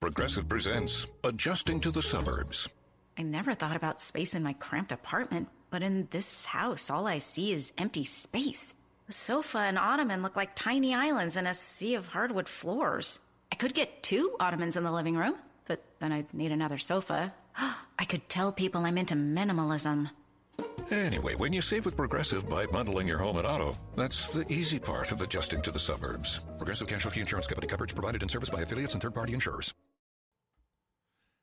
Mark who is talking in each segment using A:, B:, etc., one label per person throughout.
A: Progressive presents Adjusting to the Suburbs.
B: I never thought about space in my cramped apartment, but in this house, all I see is empty space. The sofa and ottoman look like tiny islands in a sea of hardwood floors. I could get two ottomans in the living room, but then I'd need another sofa. I could tell people I'm into minimalism.
A: Anyway, when you save with Progressive by bundling your home and auto, that's the easy part of adjusting to the suburbs. Progressive Casualty Insurance Company coverage provided and serviced by affiliates and third party insurers.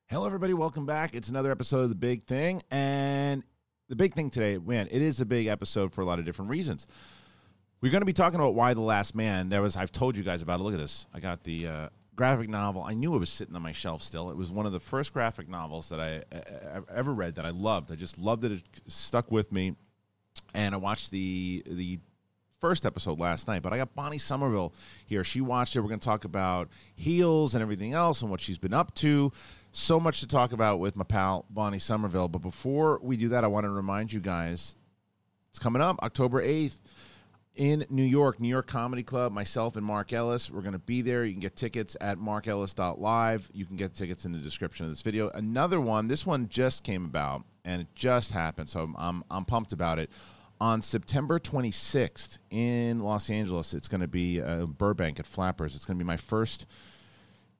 C: Hello, everybody. Welcome back. It's another episode of The Big Thing. And the big thing today, man, it is a big episode for a lot of different reasons. We're going to be talking about Why the Last Man. There was, I've told you guys about it. Look at this. I got the uh, graphic novel. I knew it was sitting on my shelf still. It was one of the first graphic novels that I uh, ever read that I loved. I just loved it. It stuck with me. And I watched the the first episode last night, but I got Bonnie Somerville here. She watched it. We're going to talk about heels and everything else and what she's been up to. So much to talk about with my pal, Bonnie Somerville. But before we do that, I want to remind you guys it's coming up October 8th in New York, New York Comedy Club. Myself and Mark Ellis, we're going to be there. You can get tickets at markellis.live. You can get tickets in the description of this video. Another one, this one just came about and it just happened, so I'm, I'm, I'm pumped about it. On September 26th in Los Angeles, it's going to be uh, Burbank at Flappers. It's going to be my first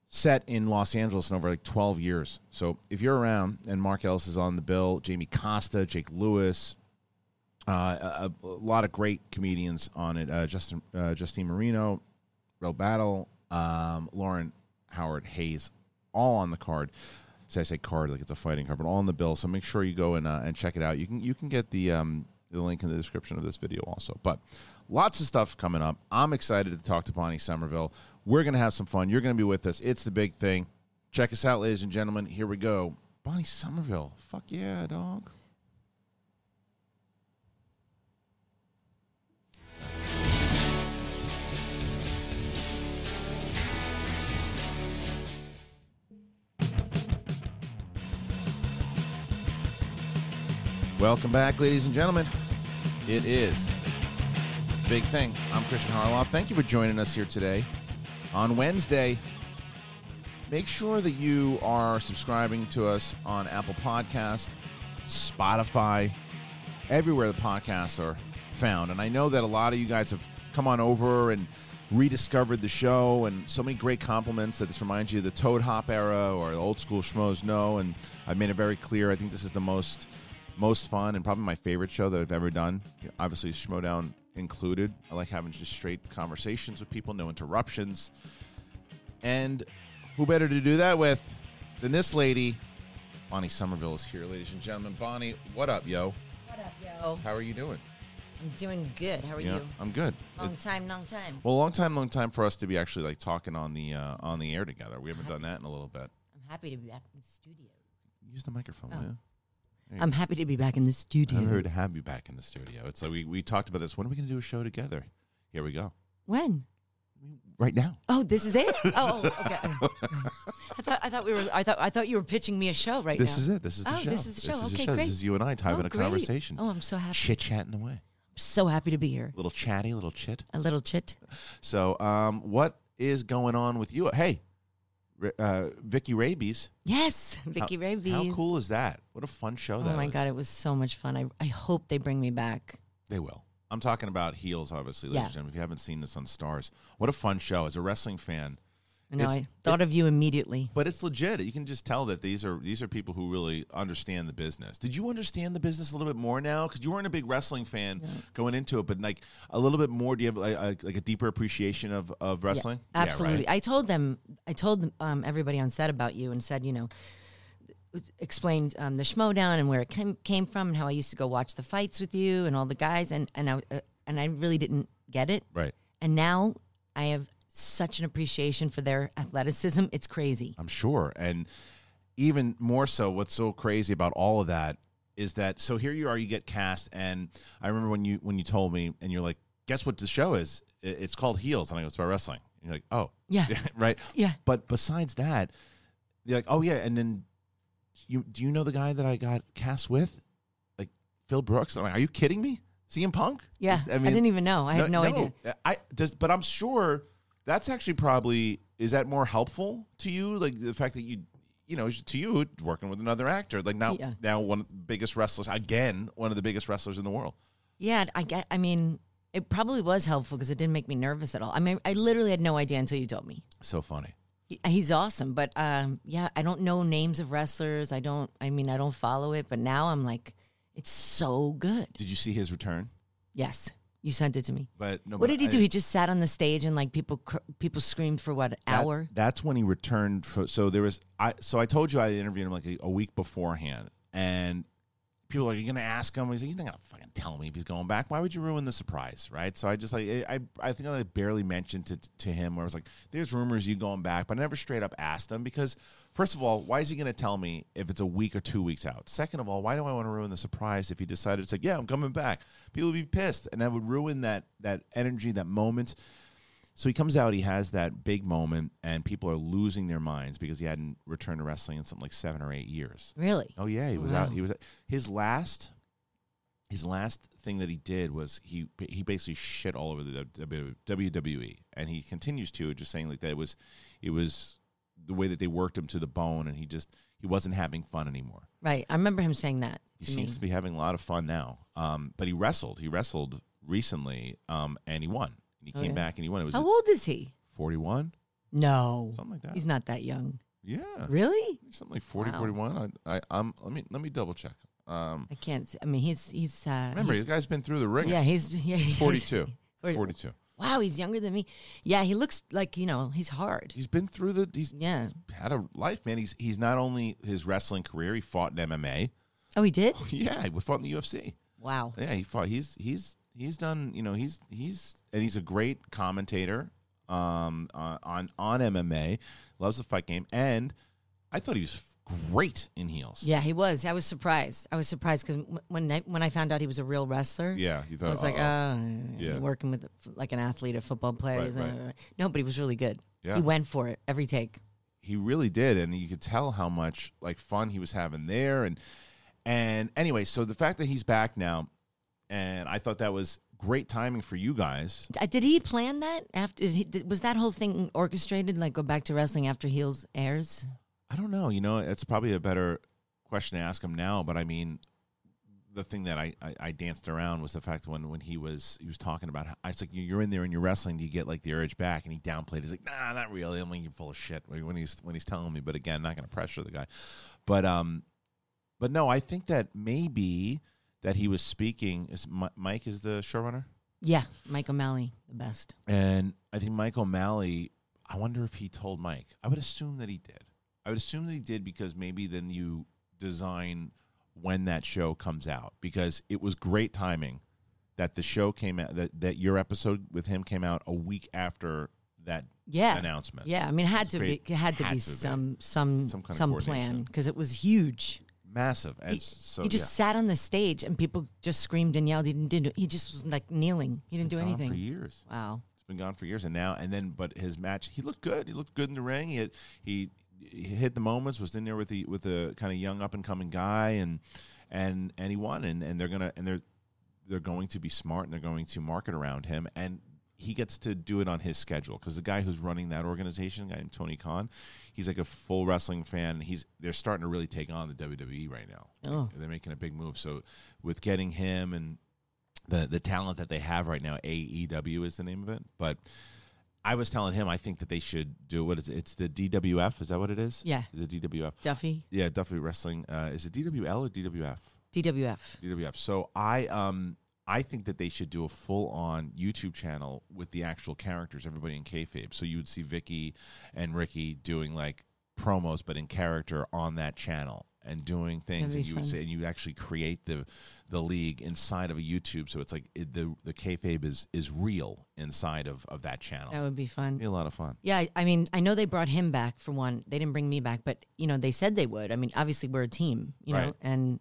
C: set in Los Angeles in over like 12 years. So if you're around and Mark Ellis is on the bill, Jamie Costa, Jake Lewis, uh, a, a lot of great comedians on it. Uh, Justin uh, Justine Marino, Real Battle, um, Lauren Howard Hayes, all on the card. So I say card like it's a fighting card, but all on the bill. So make sure you go and uh, and check it out. You can you can get the um, the link in the description of this video also. But lots of stuff coming up. I'm excited to talk to Bonnie Somerville. We're gonna have some fun. You're gonna be with us. It's the big thing. Check us out, ladies and gentlemen. Here we go. Bonnie Somerville. Fuck yeah, dog. Welcome back, ladies and gentlemen. It is Big Thing. I'm Christian Harloff. Thank you for joining us here today on Wednesday. Make sure that you are subscribing to us on Apple Podcasts, Spotify, everywhere the podcasts are found. And I know that a lot of you guys have come on over and rediscovered the show and so many great compliments that this reminds you of the Toad Hop era or the old school Schmoes Know. And I've made it very clear. I think this is the most most fun and probably my favorite show that I've ever done. Obviously, Schmodown included. I like having just straight conversations with people, no interruptions. And who better to do that with than this lady? Bonnie Somerville is here, ladies and gentlemen. Bonnie, what up, yo?
D: What up, yo?
C: How are you doing?
D: I'm doing good. How are
C: Yeah,
D: you?
C: I'm good.
D: Long
C: It-
D: time, long time.
C: well, long time, long time for us to be actually like talking on the uh, on the air together. We haven't done that in a little bit.
D: I'm happy to be back in the studio.
C: Use the microphone, will
D: Oh.
C: you?
E: I'm happy to be back in the studio.
C: I'm very to have you back in the studio. It's like we, we talked about this. When are we going to do a show together? Here we go.
E: When?
C: Right now.
E: Oh, this is it. Oh, oh, okay. I thought I thought we were. I thought I thought you were pitching me a show right
C: This
E: now.
C: is it. This is the
E: Oh,
C: show.
E: this is the show.
C: This is,
E: Okay,
C: This
E: great.
C: is you and I having
E: Oh,
C: a
E: great.
C: conversation.
E: Oh, I'm so happy.
C: Chit chatting away.
E: I'm so happy to be here.
C: little chatty, little chit.
E: A little chit.
C: So, um, what is going on with you? Hey, Ra- uh, Vicky Rabies.
E: Yes,
C: How-
E: Vicky Rabies.
C: How cool is that? What a fun show
E: Oh
C: that
E: my
C: was.
E: god, it was so much fun. I I hope they bring me back.
C: They will. I'm talking about heels, obviously, ladies
E: Yeah.
C: and gentlemen. If you haven't seen this on Stars, what a fun show. As a wrestling fan,
E: I know.
C: It's-
E: I thought of you immediately.
C: But it's legit. You can just tell that these are these are people who really understand the business. Did you understand the business a little bit more now? Because you weren't a big wrestling fan going into it, but like a little bit more. Do you have like, like, like a deeper appreciation of of
E: Yeah,
C: wrestling? Yeah, right?
E: absolutely. I told them. I told um, everybody on set about you and said, you know, explained um, the Schmodown and where it came, came from and how I used to go watch the fights with you and all the guys and and I uh, and I really didn't get it.
C: Right.
E: And now I have such an appreciation for their athleticism. It's crazy.
C: I'm sure. And even more so, what's so crazy about all of that is that so here you are, you get cast, and I remember when you when you told me, and you're like, guess what the show is? I- It's called Heels, and I go, it's about wrestling. And you're like, oh,
E: Yeah.
C: right.
E: Yeah.
C: But besides that, you're like, oh yeah, and then you do you know the guy that I got cast with, like Phil Brooks? I'm like, are you kidding me? CM Punk?
E: Yeah.
C: Is-
E: I, didn't even know. I had no, idea.
C: I just, but I'm sure That's actually probably is that more helpful to you? Like the fact that you, you know, to you working with another actor, like now
E: Yeah.
C: now one of the biggest wrestlers again, one of the biggest wrestlers in the world.
E: Yeah, I get. I mean, it probably was helpful because it didn't make me nervous at all. I mean, I literally had no idea until you told me.
C: So funny.
E: He- He's awesome, but um, yeah, I don't know names of wrestlers. I don't. I mean, I don't follow it, but now I'm like, it's so good.
C: Did you see his return?
E: Yes, you sent it to me.
C: But no,
E: what
C: but
E: did he
C: I-
E: do? He just sat on the stage and like people cr- people screamed for what an
C: that-
E: hour?
C: That's when he returned. For, so there was I. So I told you I interviewed him like a, a week beforehand, and people were like, "You're gonna ask him?" He's like, "He's not gonna fucking tell me if he's going back. Why would you ruin the surprise?" Right. So I just like I I, I think I barely mentioned to to him where I was like, "There's rumors you going back," but I never straight up asked him because first of all, why is he gonna tell me if it's a week or two weeks out? Second of all, why do I want to ruin the surprise if he decided it's like, "Yeah, I'm coming back"? People would be pissed, and that would ruin that that energy, that moment. So he comes out, he has that big moment, and people are losing their minds because he hadn't returned to wrestling in something like seven or eight years.
E: Really?
C: Oh yeah, he was out.
E: Wow.
C: He was his last. His last thing that he did was he he basically shit all over the W- WWE, and he continues to just saying like that it was, it was the way that they worked him to the bone, and he just he wasn't having fun anymore.
E: Right. I remember him saying that
C: He
E: to me.
C: seems to be having a lot of fun now. Um, but he wrestled. He wrestled recently, um, and he won. And he
E: Oh,
C: came
E: yeah.
C: back and he won. It was
E: How old is he?
C: forty one,
E: No,
C: something like that.
E: he's not that young.
C: yeah,
E: Really?
C: something like 40,
E: Wow.
C: 41. I, I I'm let me let me double check. Um,
E: I can't. s- I mean, he's he's. Uh,
C: remember
E: he's-
C: the guy's been through the ring.
E: yeah, he's yeah, he's
C: 42.
E: 40
C: 42.
E: Wow, he's younger than me. Yeah, he looks like you know he's hard.
C: He's been through the he's
E: Yeah.
C: had a life, man. He's he's not only his wrestling career, he fought in MMA.
E: Oh, he did.
C: Yeah, he fought in the UFC.
E: Wow.
C: Yeah, he fought. He's he's he's done, you know, he's he's and he's a great commentator um uh, on on MMA. Loves the fight game and I thought he was great in heels.
E: Yeah, he was. I was surprised. I was surprised because when I, when I found out he was a real wrestler,
C: Yeah, you thought uh,
E: I was like,
C: uh-oh.
E: oh,
C: Yeah.
E: working with like an athlete, a football player.
C: Right,
E: He's
C: right.
E: like, No, but he was really good.
C: Yeah.
E: He went for it every take.
C: he really did and you could tell how much like fun he was having there and and anyway so the fact that he's back now and i thought that was great timing for you guys
E: Uh, Did he plan that after? Did he, did, was that whole thing orchestrated? Like go back to wrestling after Heels airs?
C: i don't know you know it's probably a better question to ask him now but i mean the thing that I, I, I danced around was the fact when, when he was he was talking about how, I was like you're in there and you're wrestling do you get like the urge back and he downplayed it. he's like nah not really I'm like you're full of shit when he's when he's telling me but again not gonna pressure the guy but um but no I think that maybe that he was speaking is Mi- Mike is the showrunner
E: Yeah, Mike O'Malley, the best.
C: and I think Mike O'Malley, I wonder if he told Mike. I would assume that he did. I would assume that he did because maybe then you design when that show comes out because it was great timing that the show came out that, that your episode with him came out a week after that
E: Yeah.
C: announcement.
E: Yeah, I mean, it had
C: It's
E: to
C: great.
E: be it had to
C: Had
E: be
C: to be.
E: some some
C: Some
E: some,
C: kind of
E: plan
C: coordination.
E: because it was huge.
C: Massive. And
E: he,
C: so
E: he just
C: yeah.
E: sat on the stage and people just screamed and yelled. He didn't do. He just was like kneeling. He didn't do
C: Gone for
E: anything.
C: years.
E: Wow.
C: It's been gone for years, and now and then. But his match, he looked good. He looked good in the ring. He had, he, he hit the moments. Was in there with the with a kind of young up and coming guy, and and and he won. And and they're gonna and they're they're going to be smart, and they're going to market around him. And he gets to do it on his schedule because the guy who's running that organization, a guy named Tony Khan, he's like a full wrestling fan. He's they're starting to really take on the WWE right now.
E: Oh.
C: They're making a big move. So with getting him and the the talent that they have right now. AEW is the name of it. But I was telling him I think that they should do what is it? It's the DWF. Is that what it is?
E: Yeah.
C: the DWF.
E: Duffy,
C: Yeah, Duffy Wrestling. Uh, is it DWL or DWF?
E: DWF.
C: DWF. So I um I think that they should do a full on YouTube channel with the actual characters, everybody in kayfabe. So you would see Vicky and Ricky doing like promos, but in character on that channel and doing things,
E: That'd
C: and
E: be
C: you would
E: fun.
C: say, and you actually create the the league inside of a YouTube. So it's like it, the the kayfabe is is real inside of of that channel.
E: That would be fun.
C: be a lot of fun.
E: Yeah, I- I mean, I know they brought him back for one. They didn't bring me back, but you know, they said they would. I mean, obviously we're a team, you know,
C: Right.
E: and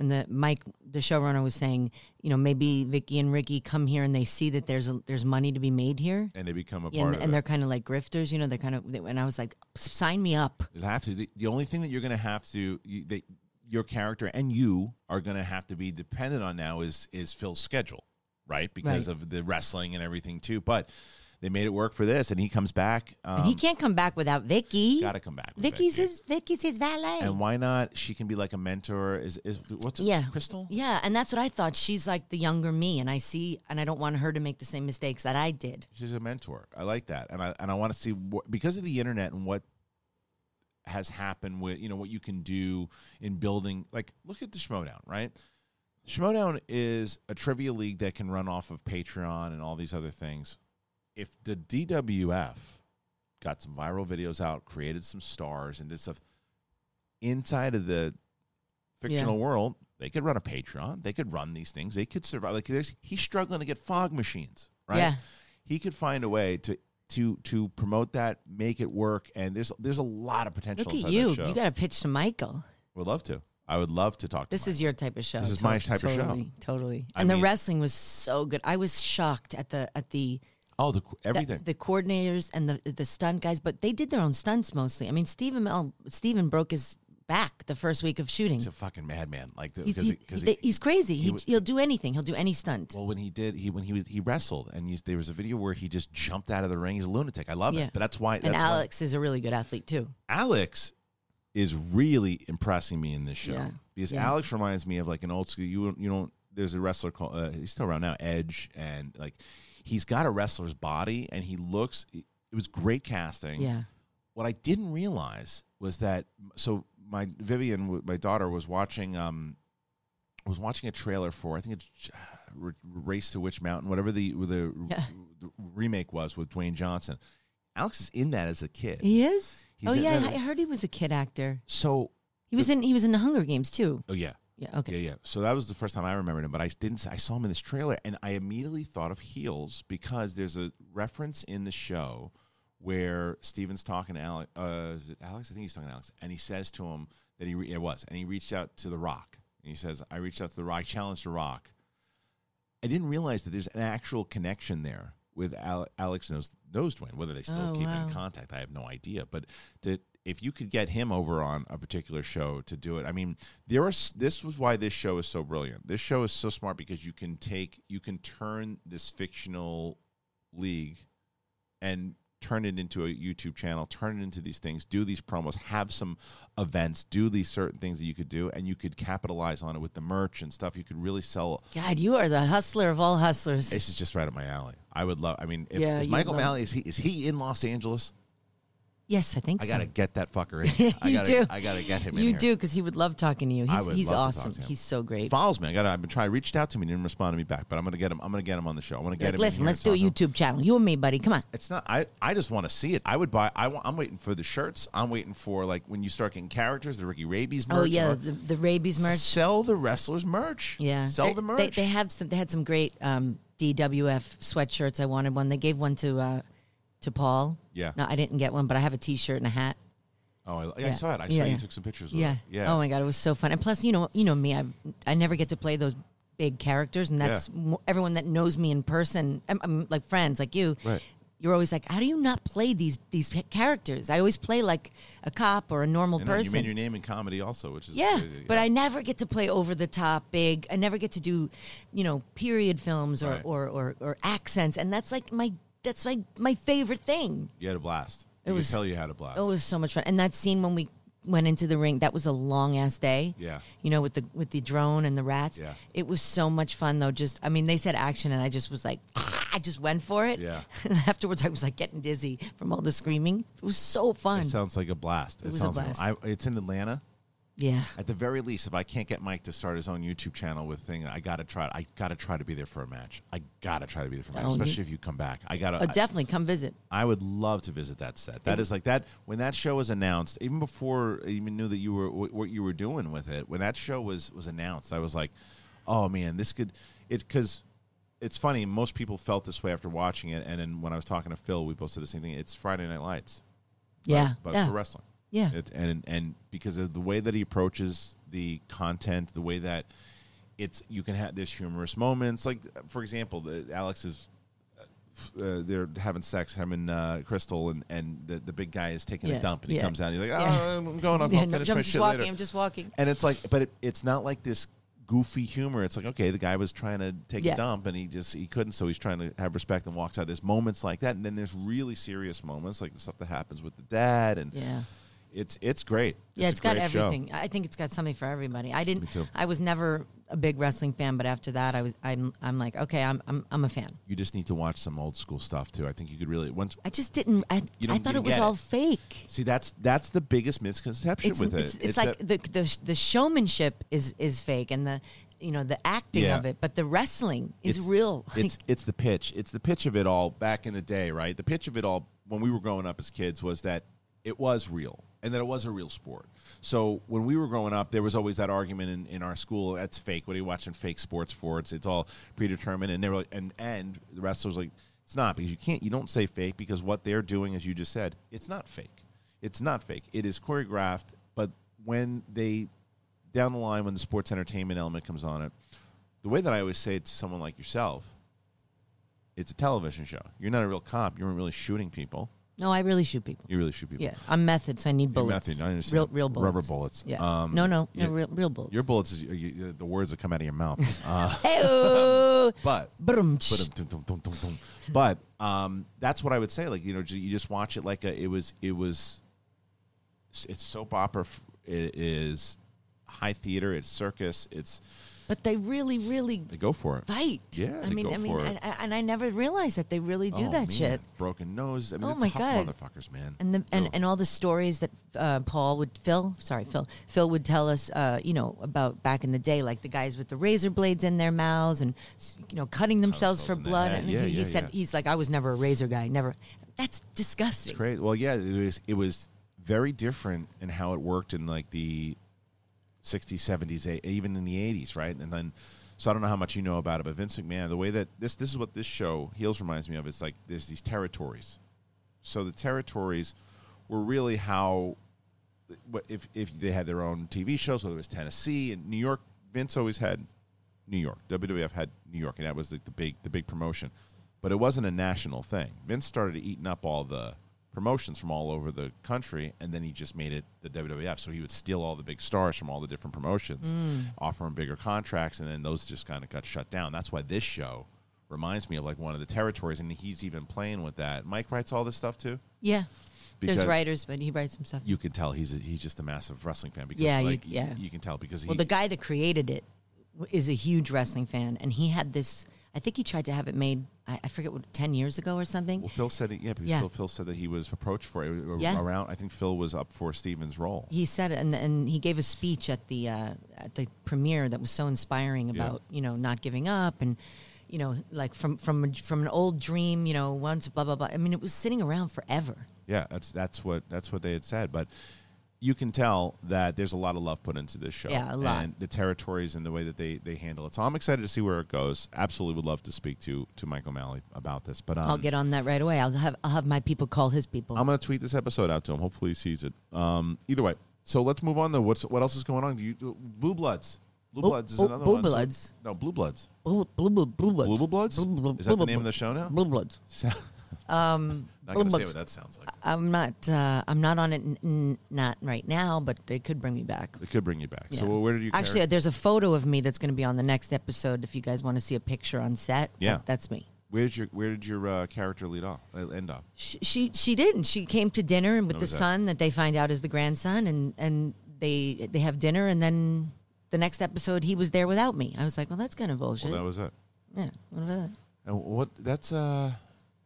E: and the Mike, the showrunner, was saying, you know, maybe Vicky and Ricky come here and they see that there's a, there's money to be made here,
C: And they become a
E: Yeah,
C: part
E: and,
C: of it.
E: and they're kind of like grifters, you know, they're kind of. And I was like, sign me up.
C: You have to. The, the only thing that you're going to have to you, that your character and you are going to have to be dependent on now is is Phil's schedule, right? Because
E: Right.
C: of the wrestling and everything too. But They made it work for this, and he comes back. Um,
E: and he can't come back without Vicky.
C: Gotta come back with
E: Vicky's
C: Vicky.
E: his Vicky's his valet.
C: And why not? She can be like a mentor. Is is what's it?
E: yeah,
C: Crystal.
E: Yeah, and that's what I thought. She's like the younger me, and I see, and I don't want her to make the same mistakes that I did.
C: She's a mentor. I like that, and I and I want to see what, because of the internet and what has happened with you know what you can do in building. Like, look at the Schmodown, right? Schmodown is a trivia league that can run off of Patreon and all these other things. If the DWF got some viral videos out, created some stars, and did stuff inside of the fictional world, they could run a Patreon. They could run these things. They could survive. Like there's, he's struggling to get fog machines, right?
E: Yeah.
C: He could find a way to to to promote that, make it work, and there's there's a lot of potential.
E: Look at
C: inside
E: you.
C: That show.
E: You got to pitch to Michael.
C: Would love to. I would love to talk.
E: This
C: to
E: is your type of show.
C: This is my type of show.
E: totally, Totally.
C: I
E: And the
C: mean-
E: wrestling was so good. I was shocked at the at the
C: oh the
E: the-
C: everything.
E: The, coordinators and the the stunt guys, but they did their own stunts mostly. I mean, Steven Mel, Steven broke his back the first week of shooting.
C: he's a fucking madman. Like
E: He-
C: because
E: he- he- he's crazy. He,
C: was-
E: he'll do anything. He'll do any stunt.
C: Well, when he did, he when he was he wrestled, and you, there was a video where he just jumped out of the ring. He's a lunatic. I love
E: Yeah.
C: it, but that's why. That's
E: and
C: why-
E: Alex is a really good athlete too.
C: Alex is really impressing me in this show
E: Yeah.
C: because
E: Yeah.
C: Alex reminds me of like an old school. You you don't. There's a wrestler called uh, he's still around now, Edge, and like he's got a wrestler's body, and he looks. It was great casting.
E: Yeah.
C: What I didn't realize was that so my Vivian, w- my daughter, was watching um was watching a trailer for I think it's J- uh, R- Race to Witch Mountain, whatever the the,
E: Yeah.
C: the remake was with Dwayne Johnson. Alex is in that as a kid.
E: He is.
C: He's
E: oh
C: in
E: yeah,
C: that-
E: I I heard he was a kid actor.
C: So
E: He was in. He was in the Hunger Games too.
C: oh yeah.
E: Yeah. Okay.
C: Yeah, yeah. So that was the first time I remembered him, but I didn't. s- I saw him in this trailer, and I immediately thought of Heels because there's a reference in the show where Steven's talking to Alex. Uh, is it Alex? I think he's talking to Alex, and he says to him that he re- it was, and he reached out to The Rock, and he says, "I reached out to The Rock, I challenged The Rock." I didn't realize that there's an actual connection there with Al- Alex knows knows Dwayne. Whether they still
E: Oh,
C: keep
E: wow.
C: in contact, I have no idea. But that if you could get him over on a particular show to do it, I mean, there are. s- This was why this show is so brilliant. This show is so smart because you can take you can turn this fictional league and turn it into a YouTube channel, turn it into these things, do these promos, have some events, do these certain things that you could do, and you could capitalize on it with the merch and stuff. You could really sell
E: God, you are the hustler of all hustlers.
C: this is just right up my alley. I would love. I mean, if,
E: Yeah,
C: is
E: you'd
C: Michael
E: love it.
C: Malley is he is he in Los Angeles?
E: yes, I think
C: I
E: so.
C: gotta get that fucker in. Here. I
E: You
C: gotta,
E: do.
C: I gotta get him. in
E: you
C: here.
E: do because he would love talking to you. He's,
C: would
E: he's
C: love to talk
E: awesome.
C: to him.
E: He's so
C: He
E: great.
C: follows me. I gotta. I've been trying. Reached out to me. Didn't respond to me back. But I'm gonna get him. I'm gonna get him on the show. I'm gonna get him. in
E: Listen,
C: here
E: let's
C: and
E: do a
C: talk to him.
E: YouTube channel. You and me, buddy. Come on.
C: It's not. I. I just want to see it. I would buy. I want. I'm waiting for the shirts. I'm waiting for like when you start getting characters, the Ricky Rabies merch.
E: oh yeah,
C: or-
E: the, the rabies merch.
C: Sell the wrestlers merch.
E: Yeah,
C: Sell
E: They-
C: the
E: They,
C: merch.
E: they have some. They had some great um, DWF sweatshirts. I wanted one. They gave one to uh, to Paul.
C: Yeah.
E: No, I didn't get one, but I have a T-shirt and a hat.
C: oh, I, yeah, I
E: Yeah.
C: saw it. I
E: Yeah,
C: saw you
E: yeah.
C: took some pictures. With
E: Yeah.
C: It. Yeah.
E: Oh my god, it was so fun. And plus, you know, you know me. I I never get to play those big characters, and that's mo- everyone that knows me in person. I'm, I'm like friends, like you.
C: Right.
E: You're always like, how do you not play these these ca- characters? I always play like a cop or a normal
C: You know,
E: person.
C: You made your name in comedy also, which is
E: Yeah,
C: crazy.
E: but I never get to play over the top big. I never get to do, you know, period films or,
C: Right.
E: or, or, or accents, and that's like my that's my my favorite thing.
C: You had a blast.
E: It
C: It
E: was-
C: was tell you had a blast.
E: Oh, It was so much fun, and that scene when we went into the ring, that was a long ass day.
C: Yeah.
E: you know, with the with the drone and the rats.
C: Yeah.
E: it was so much fun though. Just I mean, they said action, and I just was like, I just went for it.
C: Yeah.
E: and afterwards, I was like getting dizzy from all the screaming. It was so fun.
C: It sounds like a blast. It,
E: was a
C: sounds
E: blast.
C: like I, it's in Atlanta.
E: yeah,
C: At the very least, if I can't get Mike to start his own YouTube channel with thing, I gotta try. I gotta try to be there for a match. I gotta try to be there for a match,
E: Oh, you-
C: especially if you come back. I gotta.
E: oh, definitely come visit.
C: I, I would love to visit that set. That is like that when that show was announced. Even before I even knew that you were wh- what you were doing with it, when that show was was announced, I was like, oh man, this could it because. It's funny. Most people felt this way after watching it, and then when I was talking to Phil, we both said the same thing. It's Friday Night Lights.
E: yeah,
C: but
E: yeah.
C: for wrestling.
E: Yeah.
C: It, and and because of the way that he approaches the content, the way that it's you can have this humorous moments. Like for example, the, Alex is uh, they're having sex, him and uh, Crystal, and and the, the big guy is taking
E: Yeah.
C: a dump, and he
E: Yeah.
C: comes out, and he's like, "Oh,
E: Yeah.
C: I'm going up,
E: Yeah,
C: I'll
E: no,
C: finish
E: I'm
C: my
E: just
C: shit
E: walking,
C: later."
E: I'm just walking.
C: And it's like, but it, it's not like this goofy humor. It's like, okay, the guy was trying to take
E: Yeah.
C: a dump and he just he couldn't, so he's trying to have respect and walks out. There's moments like that, and then there's really serious moments like the stuff that happens with the dad, and
E: Yeah.
C: it's it's great.
E: Yeah,
C: it's
E: it's
C: a
E: got
C: great show.
E: everything. I think it's got something for everybody. I didn't.
C: Me too.
E: I was never a big wrestling fan, but after that, I was. I'm. I'm like, okay, I'm. I'm. I'm a fan.
C: You just need to watch some old school stuff too. I think you could really once
E: I just didn't. I.
C: You don't-
E: I
C: you
E: thought
C: didn't
E: it was
C: get
E: all
C: it.
E: fake.
C: see that's that's the biggest misconception
E: It's,
C: with it.
E: it's, it's, like
C: that-
E: the, the the showmanship is is fake, and the you know the acting
C: Yeah.
E: of it, but the wrestling is
C: it's-
E: real. Like,
C: It's it's the pitch. It's the pitch of it all back in the day, right? The pitch of it all when we were growing up as kids was that it was real and that it was a real sport. So when we were growing up, there was always that argument in, in our school, that's fake. What are you watching fake sports for? It's it's all predetermined and they were like, and and the wrestlers like it's not because you can't you don't say fake because what they're doing as you just said, it's not fake. It's not fake. It is choreographed, but when they down the line when the sports entertainment element comes on it, the way that I always say it to someone like yourself, it's a television show. You're not a real cop. You're really shooting people.
E: no, I really shoot people.
C: You really shoot people.
E: Yeah, I'm method, so I need
C: You're
E: bullets.
C: method, I understand.
E: Real, real bullets.
C: Rubber bullets.
E: Yeah.
C: Um,
E: no, no,
C: yeah.
E: no, real, real bullets.
C: Your bullets is you, you, the words that come out of your mouth. Uh,
E: Hey-oh.
C: but
E: Brum.
C: but um, dum, dum, dum, dum, dum. but um, that's what I would say. Like you know, ju- you just watch it like a, it was it was. It's soap opera. f- It is high theater. It's circus. It's
E: But they really, really
C: they go for it.
E: fight.
C: Yeah,
E: I
C: they
E: mean,
C: go
E: I mean,
C: for it.
E: and, I- and I never realized that they really do
C: Oh,
E: that
C: man.
E: shit.
C: Broken nose. I mean,
E: Oh
C: they're
E: my
C: tough
E: God.
C: motherfuckers, man.
E: And the and,
C: Ugh.
E: and all the stories that uh, Paul would Phil, sorry Phil, Phil would tell us, uh, you know, about back in the day, like the guys with the razor blades in their mouths and you know cutting themselves,
C: themselves in
E: for
C: the
E: blood.
C: head.
E: And
C: Yeah,
E: he, he
C: yeah,
E: said
C: yeah.
E: he's like, I was never a razor guy, never. That's disgusting.
C: It's crazy. Well, yeah, it was it was very different in how it worked in like the 60s, 70s, eh, even in the 80s, right? And then so I don't know how much you know about it, but Vince McMahon, the way that this this is what this show Heels reminds me of. It's like there's these territories. So the territories were really how what- if if they had their own TV shows, whether it was Tennessee and New York. Vince always had New York. WWF had New York, and that was like the big the big promotion. But it wasn't a national thing. Vince started eating up all the promotions from all over the country, and then he just made it the WWF. So he would steal all the big stars from all the different promotions,
E: Mm.
C: offer them bigger contracts, and then those just kind of got shut down. That's why this show reminds me of like one of the territories, and he's even playing with that. Mike writes all this stuff too.
E: Yeah,
C: Because-
E: there's writers, but he writes some stuff.
C: you can tell he's a, he's just a massive wrestling fan because
E: Yeah, you-
C: like, you,
E: yeah.
C: you can tell because he,
E: Well, the guy that created it w- is a huge wrestling fan, and he had this. I think he tried to have it made. I, I forget what ten years ago or something.
C: well Phil said it yeah because
E: Yeah.
C: Phil, Phil said that he was approached for it uh,
E: Yeah.
C: around I think Phil was up for Steven's role
E: He said it, and and he gave a speech at the uh, at the premiere that was so inspiring about you know not giving up and you know like from from a- from an old dream you know once blah blah blah. I mean, it was sitting around forever.
C: yeah that's that's what that's what they had said but you can tell that there's a lot of love put into this show
E: Yeah, a lot.
C: and the territories and the way that they they handle it so I'm excited to see where it goes absolutely would love to speak to to Mike O'Malley about this but um,
E: I'll get on that right away. I'll have I'll have my people call his people.
C: I'm gonna tweet this episode out to him hopefully he sees it um either way so let's move on though what's what else is going on do you Blue Bloods Blue
E: Bo-
C: Bloods is
E: Bo-
C: another
E: Blue
C: one. So-
E: Bloods?
C: no, Blue Bloods.
E: blue, Oh, blue, blue, blue bloods.
C: Blue Bloods?
E: Blue, blue,
C: Is that
E: blue
C: the name of the
E: Bloods.
C: show now?
E: Blue bloods.
C: Not going to say
E: Um, Bloods.
C: what that sounds like.
E: I'm not. Uh, I'm not on it. N- n- not right now, but they could bring me back.
C: It could bring you back.
E: Yeah.
C: So where did you
E: actually?
C: carry-
E: There's a photo of me that's going to be on the next episode. If you guys want to see a picture on set, that-
C: Yeah.
E: that's me.
C: Where's your Where did your uh, character lead off? Uh, end up?
E: She, she she didn't. She came to dinner and with the
C: was that?
E: son that they find out is the grandson, and and they they have dinner, and then the next episode he was there without me. I was like, well, that's kind of bullshit.
C: Well, that was it.
E: yeah, what about that?
C: And what? That's uh.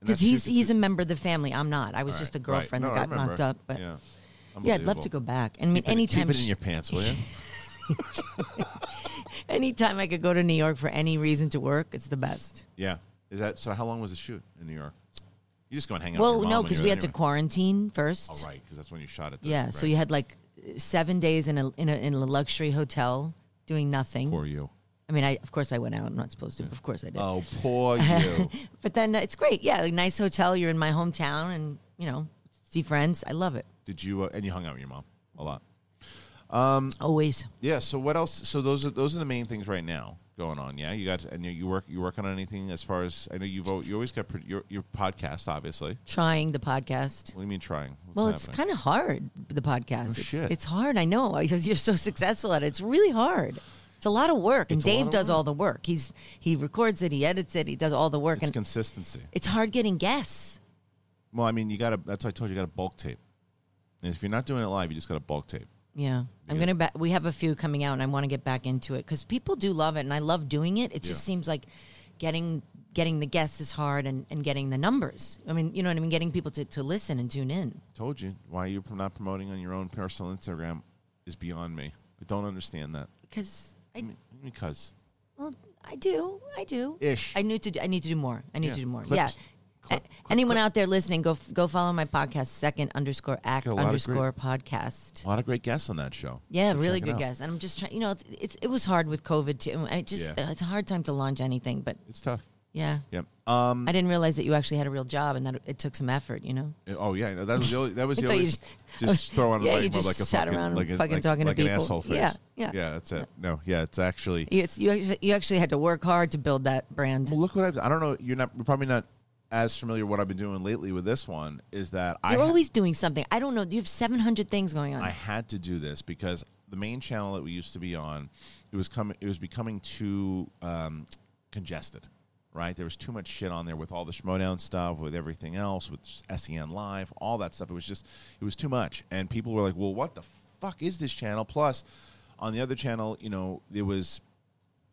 E: Because he's he's a member of the family. I'm not. I was just a
C: the
E: girlfriend that got knocked up. But yeah,
C: yeah,
E: I'd love to
C: Unbelievable.
E: go back. And I mean,
C: Keep it-
E: anytime
C: Keep it in
E: she-
C: your pants, will you?
E: Anytime I could go to New York for any reason to work, it's the best.
C: yeah. Is that so? How long was the shoot in New York? You just go and hang out.
E: well,
C: with your
E: no,
C: mom when
E: because
C: you're
E: we
C: there
E: had to
C: anyway.
E: quarantine first.
C: Oh, right, because that's when you shot it.
E: Yeah, so you had like seven days in a, in a in a luxury hotel doing nothing.
C: for you.
E: I mean, I of course I went out. I'm not supposed to. but Of course I did.
C: Oh, poor you.
E: But then uh, it's great. Yeah, like nice hotel. You're in my hometown, and you know, see friends. I love it
C: did you? Uh, and you hung out with your mom a lot.
E: always.
C: Yeah. So what else? So those are those are the main things right now going on. Yeah. You got and you, you work you working on anything as far as I know you've al- you always got pre- your your podcast obviously.
E: Trying the podcast.
C: What do you mean trying? What's
E: Well, it's
C: happening? Oh,
E: kind of hard. The podcast. it's,
C: shit.
E: it's hard. I know because you're so successful at it. It's really hard. It's a lot of work, and
C: It's a lot
E: Dave
C: of
E: does all the work. He's he records it, he edits it, he does all the work,
C: It's
E: and
C: consistency.
E: it's hard getting guests.
C: Well, I mean, you got to. That's why I told you, you got to bulk tape. And if you're not doing it live, you just got to bulk tape.
E: Yeah, I'm gonna. Ba- we have a few coming out, and I want to get back into it because people do love it, and I love doing it. It just
C: Yeah.
E: seems like getting getting the guests is hard, and, and getting the numbers. I mean, you know what I mean. Getting people to, to listen and tune in.
C: Told you why you're not promoting on your own personal Instagram is beyond me. I don't understand that
E: because I
C: I mean, because
E: well I do I do
C: Ish.
E: I need to do, I need to do more I need
C: Yeah.
E: to do more
C: Clips.
E: yeah.
C: Clip,
E: A-
C: clip,
E: Anyone
C: clip.
E: out there listening, go f- go follow my podcast, second underscore act
C: Got a lot of
E: underscore podcast.
C: a lot of great guests on that show.
E: Yeah,
C: So
E: really
C: check it
E: good
C: out.
E: guess. And I'm just trying, you know, it's, it's it was hard with COVID too. I just
C: Yeah.
E: uh, it's a hard time to launch anything, but
C: It's tough.
E: yeah,
C: Yep. Um.
E: I didn't realize that you actually had a real job and that it, it took some effort, you know.
C: Oh yeah, no, that was the only, that was
E: I
C: the
E: thought
C: only
E: you
C: just,
E: just-
C: throw on a
E: Yeah,
C: light
E: you
C: bulb
E: just
C: like a
E: sat
C: fucking,
E: around
C: like a,
E: fucking
C: like,
E: talking to
C: like an
E: people.
C: asshole face.
E: Yeah, yeah.
C: yeah. That's it. No, yeah, it's actually.
E: It's you actually, you actually had to work hard to build that brand.
C: Well, look what I've. I don't know. You're not. You're probably not as familiar what I've been doing lately with this one. Is that I
E: You're
C: ha-
E: always doing something. I don't know. You have 700 things going on.
C: I had to do this because the main channel that we used to be on, it was coming. It was becoming too um, congested, right? There was too much shit on there with all the Schmodown stuff, with everything else, with Sen Live, all that stuff. It was just, it was too much, and people were like, "Well, what the fuck is this channel?" Plus, on the other channel, you know, it was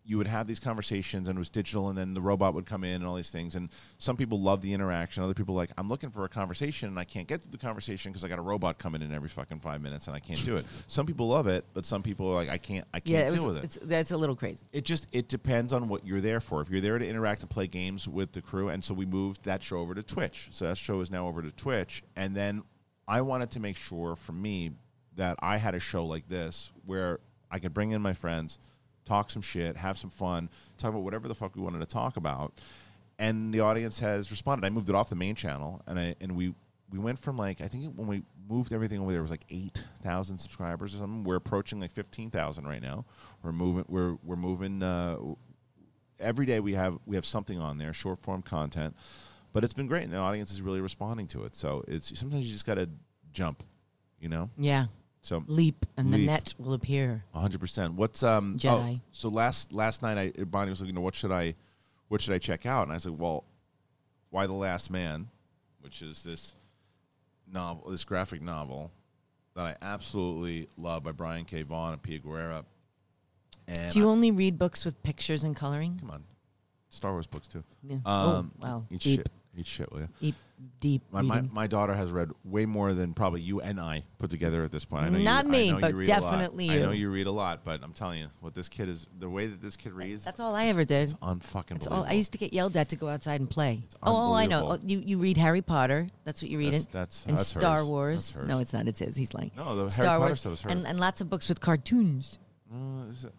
C: you would have these conversations and it was digital and then the robot would come in and all these things and some people love the interaction other people are like i'm looking for a conversation and i can't get to the conversation because i got a robot coming in every fucking five minutes and i can't do it some people love it but some people are like i can't i can't
E: yeah, it
C: deal
E: was,
C: with it
E: It's, that's a little crazy.
C: it just it depends on what you're there for if you're there to interact and play games with the crew and so we moved that show over to twitch so that show is now over to twitch and then i wanted to make sure for me that i had a show like this where i could bring in my friends talk some shit have some fun talk about whatever the fuck we wanted to talk about and the audience has responded i moved it off the main channel and i and we we went from like I think when we moved everything over there it was like eight thousand subscribers or something. We're approaching like fifteen thousand right now. We're moving. We're we're moving. Uh, every day we have we have something on there, short form content, but it's been great, and the audience is really responding to it. So it's sometimes you just got to jump, you know.
E: Yeah.
C: So
E: Leap and the
C: Leap.
E: net will appear.
C: hundred percent. What's um?
E: Jedi.
C: so last last night, I Bonnie was like, you know, what should I, what should I check out? And I said, well, why the Last Man, which is this novel, this graphic novel that I absolutely love by Brian K. Vaughan and Pia Guerrera. And
E: Do you
C: I-
E: only read books with pictures and coloring?
C: come on, Star Wars books too.
E: Yeah.
C: Um,
E: oh, wow.
C: Eat
E: deep,
C: shit. Eat shit, will you?
E: deep, deep.
C: My, my,
E: reading.
C: my daughter has read way more than probably you and I put together at this point. I know
E: Not
C: you,
E: me,
C: I know
E: but
C: you read
E: definitely
C: a lot. I know
E: you.
C: you read a lot, but I'm telling you, what this kid is, the way that this kid reads,
E: That's all I ever did.
C: unfucking
E: That's all. I used to get yelled at to go outside and play.
C: It's
E: Oh, oh, I know. Oh,
C: unbelievable.
E: you you read Harry Potter. That's what you read.
C: That's-
E: in-
C: that's-
E: and
C: that's hers.
E: Star
C: That's
E: Wars.
C: hers.
E: No, it's not. It's his. He's lying.
C: No, the Harry
E: Star
C: Potter
E: Wars
C: stuff is hers.
E: and, and lots of books with cartoons.
C: Uh, is that,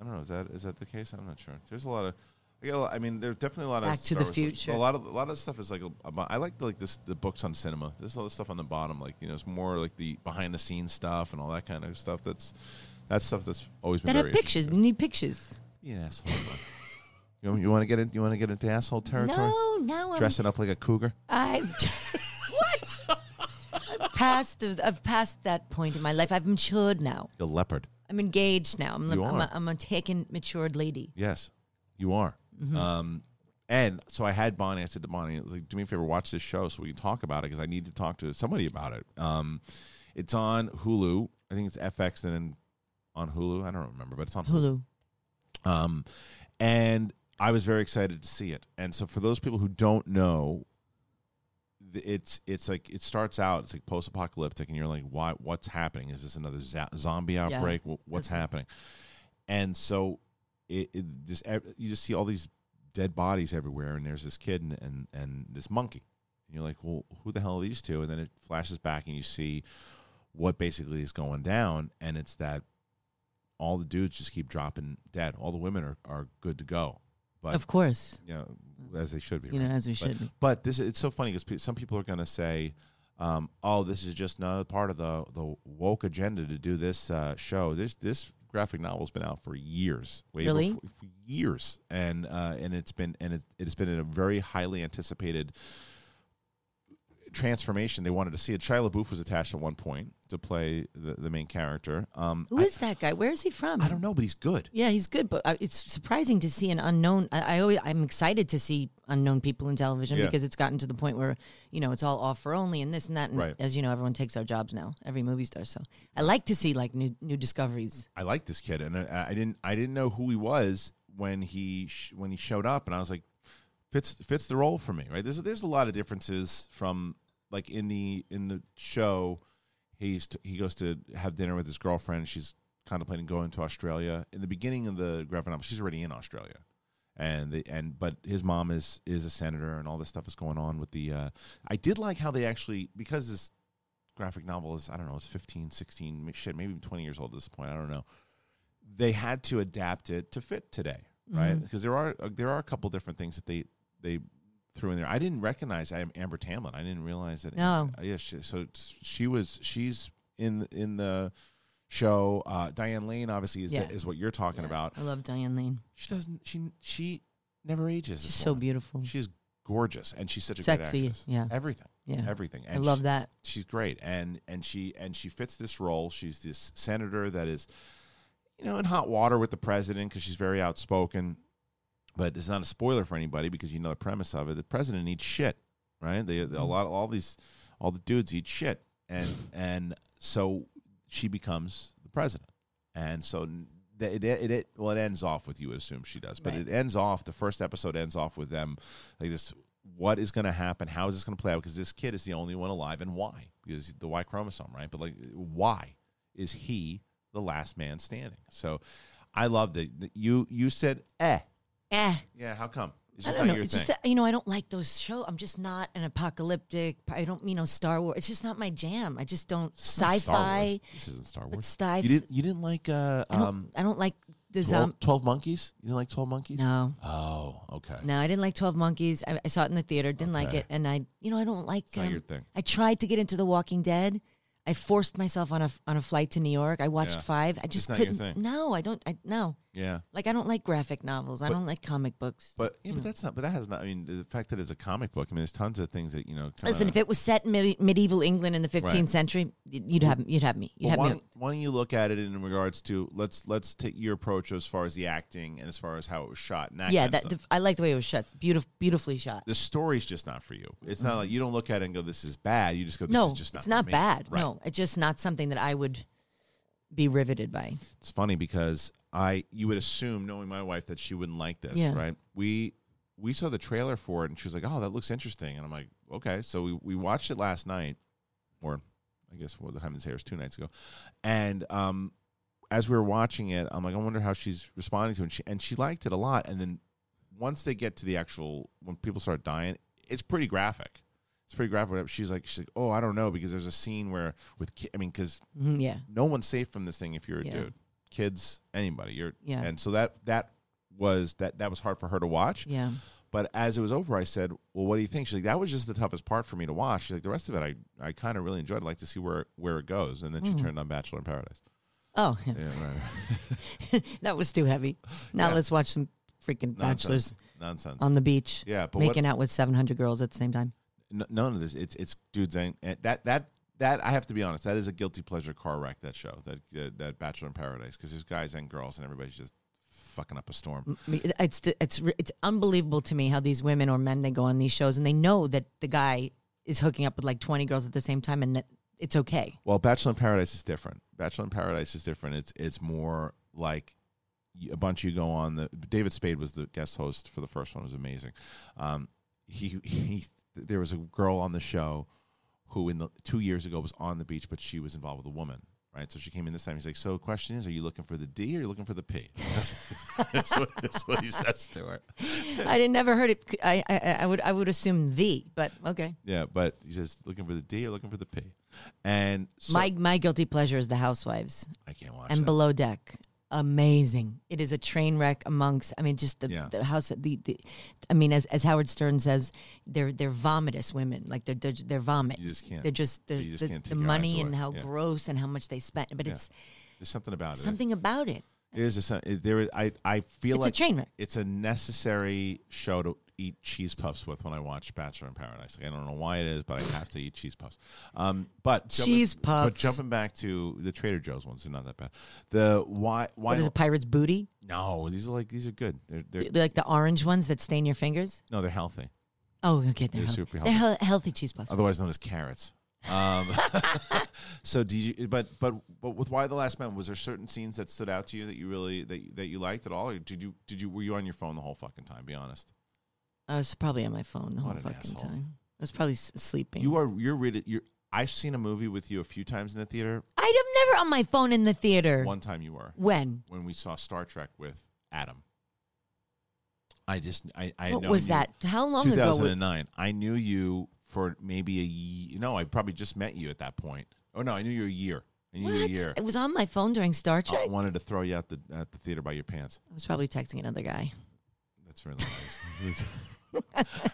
C: I don't know. Is that is that the case? I'm not sure. There's a lot of. I, got a lot, I mean, there's definitely a lot of
E: Back to
C: Star
E: the
C: Wars books.
E: Future.
C: A lot of a lot of stuff is like a- about- I like the, like this the books on cinema. There's all this stuff on the bottom, like you know, it's more like the behind the scenes stuff and all that kind of stuff. That's that's stuff that's always been
E: That have
C: very interesting
E: pictures.
C: to
E: You need pictures.
C: me. Be an asshole. bud. you want, you want to get in, you want to get into asshole territory?
E: No, now I'm.
C: Dressing up like a cougar.
E: I've what? I've passed. the- I've passed that point in my life. I've matured now.
C: A leopard.
E: I'm engaged now. I'm,
C: You
E: I'm,
C: are.
E: a, I'm a taken, matured lady.
C: Yes, you are. Um, and so I had Bonnie. I said to Bonnie, like, "Do me a favor, watch this show so we can talk about it because I need to talk to somebody about it." Um, it's on Hulu. I think it's FX and then on Hulu. I don't remember, but it's on
E: Hulu.
C: um, and I was very excited to see it. And so, for those people who don't know, th- it's it's like it starts out it's like post apocalyptic, and you're like, why? What's happening? Is this another za- zombie outbreak? Wh- What's
E: That's-
C: happening? And so, it, it just ev- you just see all these dead bodies everywhere, and there's this kid and and, and this monkey. And you're like, well, who the hell are these two? And then it flashes back, and you see what basically is going down, and it's that all the dudes just keep dropping dead. All the women are, are good to go, but
E: Of course.
C: you know, as they should be.
E: You know,
C: right?
E: as we
C: But-
E: should be.
C: But this is, it's so funny because pe- some people are going to say, um, "Oh, this is just another part of the the woke agenda to do this uh, show." This this graphic novel's been out for years, way
E: Really?
C: before- for years, and uh, and it's been and it, it's been a very highly anticipated transformation they wanted to see. Shia LaBeouf was attached at one point to play the, the main character. Um,
E: Who is that guy? Where is he from?
C: I don't know, but he's good.
E: Yeah, he's good, but uh, it's surprising to see an unknown. I, I always, I'm excited to see unknown people in television
C: Yeah.
E: because it's gotten to the point where you know it's all offer only and this and that. And
C: Right.
E: as you know, everyone takes our jobs now. Every movie star. So I like to see like new new discoveries.
C: I like this kid, and I, I didn't I didn't know who he was when he sh- when he showed up, and I was like, fits fits the role for me, right? There's there's a lot of differences from like in the in the show, he's t- he goes to have dinner with his girlfriend. She's contemplating going to Australia. In the beginning of the graphic novel, she's already in Australia, and the and but his mom is is a senator, and all this stuff is going on with the. Uh, I did like how they actually because this graphic novel is i don't know it's 15 16 ma- shit maybe even 20 years old at this point i don't know they had to adapt it to fit today
E: Mm-hmm.
C: right because there are uh, there are a couple different things that they they threw in there i didn't recognize i am amber tamlin i didn't realize that
E: No.
C: uh, yeah she, so it's- she was she's in in the show uh diane lane obviously is
E: Yeah.
C: the, is what you're talking about
E: I love Diane Lane.
C: she doesn't she she never ages
E: She's
C: this
E: so
C: woman.
E: beautiful.
C: she's gorgeous and she's such a
E: Sexy,
C: good actress
E: yeah.
C: everything
E: Yeah.
C: everything
E: I love
C: she-
E: that.
C: she's great and and she and she fits this role she's this senator that is you know in hot water with the president because she's very outspoken but it's not a spoiler for anybody because you know the premise of it the president eats shit right they,
E: Mm-hmm.
C: they- a lot all these all the dudes eat shit and and so she becomes the president and so n- th- it, it, it well it ends off with you would assume she does but
E: Right.
C: it ends off the first episode ends off with them like this what is going to happen how is this going to play out because this kid is the only one alive and why because the y chromosome right but like why is he the last man standing so i love that that you you said eh
E: Eh.
C: yeah how come it's
E: I
C: just
E: don't
C: not
E: know.
C: your
E: It's
C: thing
E: just that, you know I don't like those shows. I'm just not an apocalyptic. I don't you know Star Wars. It's just not my jam. I just don't
C: It's not Star Wars.
E: sci-fi.
C: this isn't star
E: But
C: wars
E: sci-
C: you didn't you didn't like uh
E: I don't,
C: um
E: I don't like the
C: 12,
E: zombie.
C: 12 monkeys you didn't like 12 monkeys
E: No.
C: oh okay
E: No, I didn't like Twelve Monkeys. I, I saw it in the theater, didn't like
C: Okay.
E: it, and I, you know, I don't like.
C: It's not your thing.
E: I tried to get into The Walking Dead. I forced myself on a on a flight to New York. I watched
C: Yeah.
E: five. I just
C: not your
E: couldn't.
C: thing.
E: No, I don't. I no.
C: yeah
E: Like I don't like graphic novels. I don't like comic books.
C: But yeah, but that's not. But that has not. I mean, the fact that it's a comic book. I mean, there's tons of things that you know. Kinda,
E: Listen, if it was set in medi- medieval England in the 15th
C: uh, Right.
E: century, y- you'd have you'd have me. You'd
C: But
E: have
C: why,
E: me.
C: don't, why don't you look at it in regards to let's let's take your approach as far as the acting and as far as how it was shot. And that
E: yeah,
C: kind of
E: that
C: stuff.
E: the, I like the way it was shot. Beautiful, beautifully shot.
C: the story's just not for you. It's not like you don't look at it and go, "This is bad." You just go, "This
E: Mm-hmm. no,
C: is just not."
E: it's
C: for
E: not
C: me."
E: bad.
C: Right.
E: No, it's just not something that I would be riveted by.
C: It's funny because I you would assume knowing my wife that she wouldn't like this,
E: Yeah.
C: right? We we saw the trailer for it and she was like, "Oh, that looks interesting," and I'm like, "Okay." So we we watched it last night, or I guess what the time is here is two nights ago, and um, as we were watching it, I'm like, "I wonder how she's responding to it." And she and she liked it a lot, and then once they get to the actual when people start dying, it's pretty graphic. It's pretty graphic. whatever. She's like, she's like, "Oh, I don't know," because there's a scene where with ki- I mean, because
E: Mhm, yeah.
C: no one's safe from this thing if you're a
E: Yeah.
C: dude kids anybody you're
E: Yeah.
C: and so that that was that that was hard for her to watch
E: Yeah.
C: but as it was over i said well what do you think she's like that was just the toughest part for me to watch she's like the rest of it i i kind of really enjoyed I'd like to see where where it goes and
E: Hmm.
C: then she turned on bachelor in paradise
E: Oh, yeah.
C: yeah right, right.
E: that was too heavy. Now
C: Yeah.
E: let's watch some freaking
C: nonsense
E: bachelors
C: nonsense
E: on the beach.
C: Yeah, but what-
E: making out with seven hundred girls at the same time.
C: N- none of this it's it's dudes ain't and that that that I have to be honest. That is a guilty pleasure car wreck. That show, that uh, that Bachelor in Paradise, because there's guys and girls, and everybody's just fucking up a storm.
E: M- It's it's it's unbelievable to me how these women or men they go on these shows and they know that the guy is hooking up with like twenty girls at the same time and that it's okay.
C: Well, Bachelor in Paradise is different. Bachelor in Paradise is different. It's it's more like y- a bunch of you go on the David Spade was the guest host for the first one. It was amazing. Um, he he there was a girl on the show who in the two years ago was on the beach, but she was involved with a woman. Right, so she came in this time. He's like, "So, the question is, are you looking for the D or are you looking for the P?" that's, what, that's what he says to her.
E: I didn't never heard it. I, I I would I would assume the, but okay.
C: Yeah, but he says, "Looking for the D or looking for the P?" And so,
E: my my guilty pleasure is The Housewives
C: I can't watch.
E: and
C: that.
E: Below Deck. Amazing! It is a train wreck amongst. I mean, just the,
C: Yeah.
E: the house. The, the, I mean, as, as Howard Stern says, they're they're vomitous women. Like they're they're, they're vomit.
C: You just can't-
E: They're just they're,
C: you just
E: the-
C: can't
E: the
C: take your eyes
E: money and
C: away.
E: how
C: Yeah.
E: gross and how much they spent. But it's
C: There's something about it. It's-
E: something about it.
C: There's a sen- it- there. I I feel
E: It's a
C: like
E: train wreck.
C: It's a necessary show to eat cheese puffs with when I watch Bachelor in Paradise. Like, I don't know why it is, but I have to eat cheese puffs. Um, but jumping-
E: Cheese
C: But
E: puffs.
C: jumping back to the Trader Joe's ones, they're not that bad. The why? Why?
E: What is it? Pirate's booty?
C: no, these are like these are good. They're, they're
E: They're Like the orange ones that stain your fingers?
C: no, they're healthy.
E: Oh, okay. They're,
C: They're
E: healthy.
C: super
E: They're
C: healthy.
E: he- healthy cheese puffs.
C: otherwise known as carrots. Um, so do you? But but but with Why the Last Man, was there certain scenes that stood out to you that you really that you, that you liked at all? Or did you did you were you on your phone the whole fucking time? Be honest.
E: I was Oh, probably on my phone the
C: What
E: whole
C: an
E: fucking
C: asshole.
E: time. I was probably s- sleeping.
C: You are you're really you're. I've seen a movie with you a few times in the theater.
E: I'm never on my phone in the theater.
C: One time you were
E: when?
C: when we saw Star Trek with Adam. I just I I
E: What
C: know
E: was
C: you-
E: that? How long ago? wa-
C: 2009. I knew you for maybe a year. No, I probably just met you at that point. Oh no, I knew you a year. I knew you a
E: What?
C: year. Uh,
E: It was on my phone during Star Trek.
C: I wanted to throw you out the at the theater by your pants.
E: I was probably texting another guy.
C: That's really nice.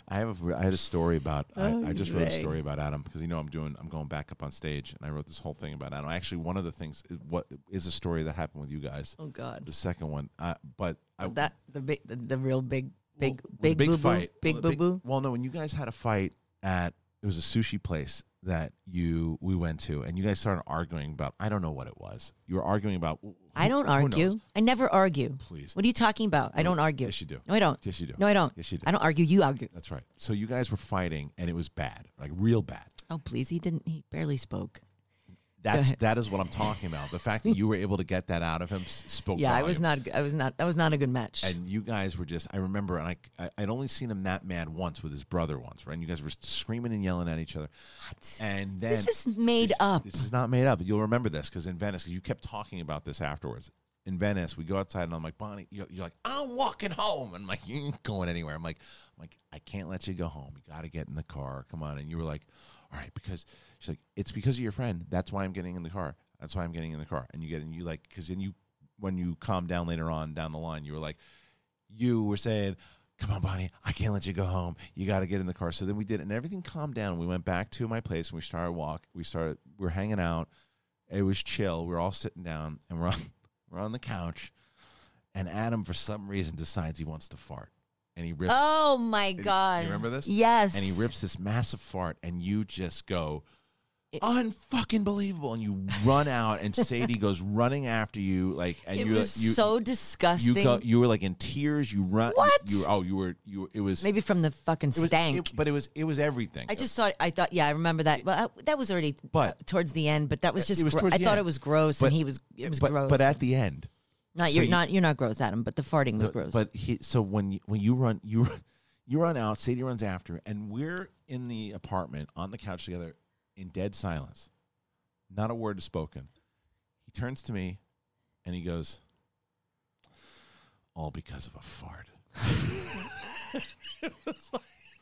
C: I have a, I had a story about
E: Oh,
C: I, I just wrote a
E: Okay.
C: story about Adam because you know I'm doing I'm going back up on stage and I wrote this whole thing about Adam. Actually, one of the things is what is a story that happened with you guys.
E: Oh God,
C: The second one, uh, but I,
E: that the big, the, the real big, big,
C: well, the
E: big, boo-boo, big
C: well,
E: boo boo.
C: Well, no, when you guys had a fight at it was a sushi place that you we went to and you guys started arguing about I don't know what it was. You were arguing about
E: I don't
C: who knows?
E: argue. I never argue.
C: Please.
E: What are you talking about? I don't argue.
C: Yes, you do.
E: No, I don't.
C: Yes, you do.
E: No, I don't.
C: Yes, you do.
E: I don't argue. You argue.
C: That's right. So you guys were fighting, and it was bad, like real bad.
E: Oh please, he didn't. He barely spoke.
C: That's
E: ahead.
C: that is what I'm talking about. The fact that you were able to get that out of him s- spoke.
E: Yeah, I was
C: volumes.
E: not. I was not. That was not a good match.
C: Oh, And you guys were just. I remember, and I, I I'd only seen him that mad once with his brother once, right? And you guys were screaming and yelling at each other. What? And then
E: This is made
C: this-
E: up.
C: This is not made up. You'll remember this because in Venice, 'cause you kept talking about this afterwards. In Venice, we go outside, and I'm like, Bonnie, you're, you're like, I'm walking home, and I'm like, you ain't going anywhere. I'm like, I'm like, I can't let you go home. You got to get in the car. Come on. And you were like, all right, because she's like, it's because of your friend. That's why I'm getting in the car. That's why I'm getting in the car. And you get in, you like, because then you, when you calm down later on down the line, you were like, you were saying, Come on, Bonnie, I can't let you go home. You got to get in the car. So then we did, and everything calmed down. We went back to my place and we started walk. We started, we were hanging out. It was chill. We were all sitting down and we're on, we're on the couch. And Adam, for some reason, decides he wants to fart. And he rips,
E: oh my
C: you
E: God.
C: remember this?
E: Yes.
C: and he rips this massive fart, and you just go, unfucking believable. And you run out, and Sadie goes running after you. Like, and
E: It
C: you,
E: was
C: you,
E: so disgusting.
C: you go, you were like in tears. You run.
E: What?
C: You, oh, you were. You it was.
E: Maybe from the fucking
C: it was,
E: stank.
C: it- but it was. It was everything.
E: I just thought. I thought. Yeah, I remember that. Well, I- that was already
C: But-
E: uh, towards the end. But that was
C: It
E: just.
C: was
E: gro-
C: towards
E: I
C: the
E: thought
C: end.
E: it was gross,
C: But-
E: and he was. It was
C: but,
E: gross.
C: But at the end,
E: not
C: so
E: you're
C: you-
E: not you're not gross, Adam. But the farting was gross.
C: But he. So when you, when you run, you run- you run out. Sadie runs after, and we're in the apartment on the couch together in dead silence. Not a word is spoken. He turns to me, and he goes, "All because of a fart."
E: Ew.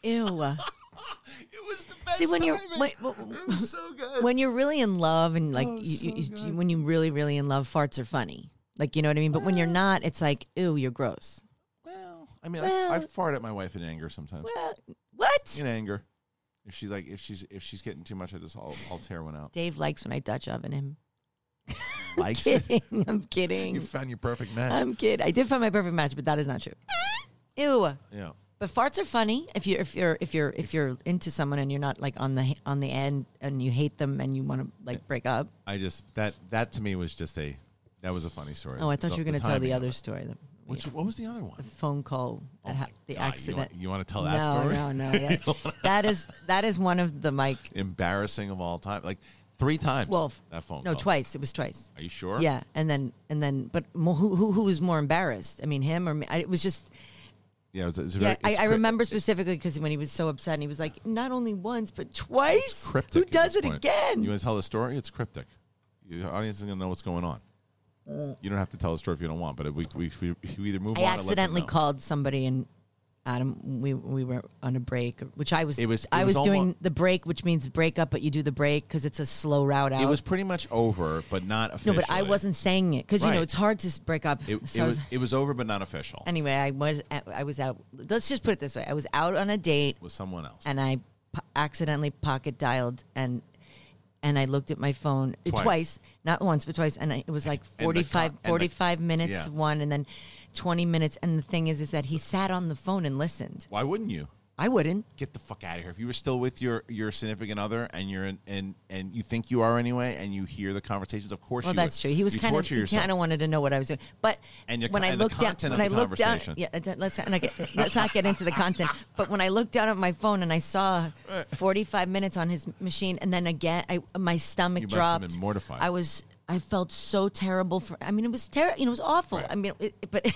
C: It was the best.
E: See, when you're
C: timing.
E: when,
C: it was so good.
E: when you're really in love and like
C: Oh,
E: you,
C: so
E: you- you-
C: good.
E: when you really really in love, farts are funny. Like you know what I mean. But when
C: Ah.
E: you're not, it's like ew, you're gross.
C: Well, I mean, I, I
E: Well-
C: fart at my wife in anger sometimes.
E: Well, what?
C: In anger, if she's like, if she's if she's getting too much, I just I'll, I'll tear one out.
E: Dave likes when I Dutch oven him.
C: Likes it.
E: Kidding. I'm
C: You
E: kidding.
C: found your perfect match.
E: I'm kidding. I did find my perfect match, but that is not true. Ew.
C: yeah.
E: But farts are funny if you if you're if you're if you're into someone and you're not like on the on the end and you hate them and you want to like break up.
C: I just that that to me was just a that was a funny story.
E: Oh, I thought
C: The-
E: you were going to tell
C: timing
E: the
C: of
E: other
C: it.
E: story, the
C: Which what was the other one?
E: phone call, that
C: my
E: ha- the
C: God, you
E: accident.
C: want- you wanna tell that
E: no,
C: story?
E: No, no, that- that is that is one of the like.
C: Embarrassing of all time, like three times.
E: Well, f-
C: that phone.
E: No,
C: call.
E: twice. It was twice.
C: Are you sure?
E: Yeah, and then and then, but mo- who who who was more embarrassed? I mean, him or me? I, it was just.
C: Yeah. It was, it was
E: Yeah,
C: very,
E: I,
C: it's
E: I
C: cra-
E: remember specifically because when he was so upset and he was like, not only once but twice.
C: Cryptic.
E: Who
C: at this
E: does it
C: point.
E: again?
C: You want to tell the story? It's cryptic. Your audience is going to know what's going on. You don't have to tell the story if you don't want, but we we, we, we either move on. or let
E: Mm. I
C: them
E: accidentally
C: know.
E: called somebody and Adam, we we were on a break, which I was.
C: It was-
E: I
C: it
E: was,
C: was
E: doing
C: almo-
E: the break, which means break up, but you do the break because it's a slow route out.
C: It was pretty much over, but not
E: no,
C: official.
E: but I wasn't saying it because you
C: Right.
E: know it's hard to s- break up.
C: It, it
E: so I
C: was,
E: was-
C: it was over, but not official.
E: anyway, I was I was out. Let's just put it this way: I was out on a date
C: with someone else.
E: and I po- accidentally pocket dialed and. and I looked at my phone uh,
C: Twice.
E: twice, not once, but twice. And I, it was like
C: the con-
E: 45,
C: and the-
E: 45 minutes
C: yeah.
E: one and then 20 minutes. And the thing is, is that he sat on the phone and listened.
C: Why wouldn't you?
E: I wouldn't.
C: Get the fuck out of here. If you were still with your your significant other and you're in, and and you think you are anyway, and you hear the conversations, of course.
E: Well,
C: you
E: that's
C: would.
E: true. He was
C: You
E: kind of
C: torture
E: he
C: yourself.
E: kind of wanted to know what I was doing, but
C: And your
E: when
C: con-
E: I
C: and the
E: looked down,
C: content of
E: when I
C: the
E: looked down,
C: conversation.
E: yeah, uh, don't- let's not, get, let's not get into the content. But when I looked down at my phone and I saw forty five minutes on his machine, and then again, I, my stomach
C: You must have
E: dropped.
C: been mortified.
E: I was. I felt so terrible for. I mean, it was terrible. You know, it was awful.
C: Right.
E: I mean, it, but.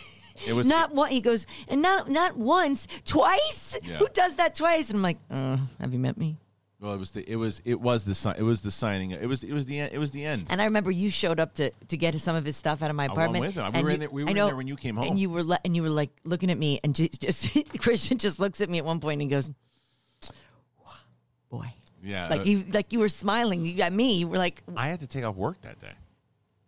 C: It was-
E: not one. He goes, and not not once, twice.
C: Yeah.
E: Who does that twice? And I'm like, uh, have you met me?
C: Well, it was the it was it was the si- it was the signing. It was it was the en- it was the end.
E: And I remember you showed up to, to get some of his stuff out of my
C: went
E: apartment.
C: with him. We
E: and
C: were in
E: you-
C: there- we
E: I
C: were in
E: know.
C: there when you came home.
E: And you were le- and you were like looking at me, and just, just Christian just looks at me at one point and goes, "Boy."
C: yeah,
E: Like
C: uh,
E: you, like you were smiling You- at me. You were like,
C: I had to take off work that day.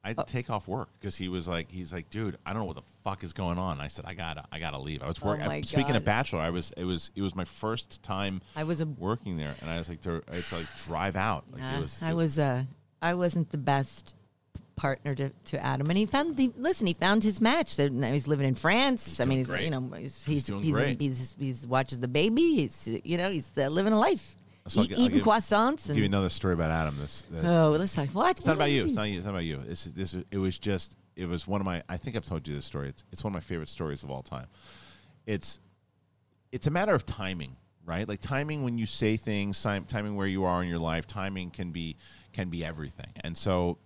C: I
E: Oh.
C: had to take off work because he was like, he's like, dude, I don't know what the fuck is going on. I said, I gotta, I gotta leave. I was working.
E: Oh my
C: speaking of
E: God.
C: Bachelor, I was, it was, it was my first time.
E: I was a-
C: working there, and I was like, to, I had to like drive out. Like
E: "Nah,
C: it was,
E: I
C: it-
E: was, uh, I wasn't the best partner to, to Adam." And he found, the, listen, he found his match. There- now He's living in France. I mean, he's
C: doing
E: you know,
C: great.
E: he's he's
C: doing
E: he's,
C: great.
E: he's, he's watches the baby. He's you know, he's uh, living a life,
C: So I'll
E: Eat-
C: gi- I'll
E: eating
C: give-
E: croissants.
C: give you
E: And,
C: another story about Adam. This, that-
E: Oh, let's talk. What?
C: it's not about you. It's not you. It's not about you. This, is this, is- it was just, it was one of my. I think I've told you this story. It's, it's one of my favorite stories of all time. It's it's a matter of timing, right? Like timing when you say things, time, timing where you are in your life, timing can be can be everything. And so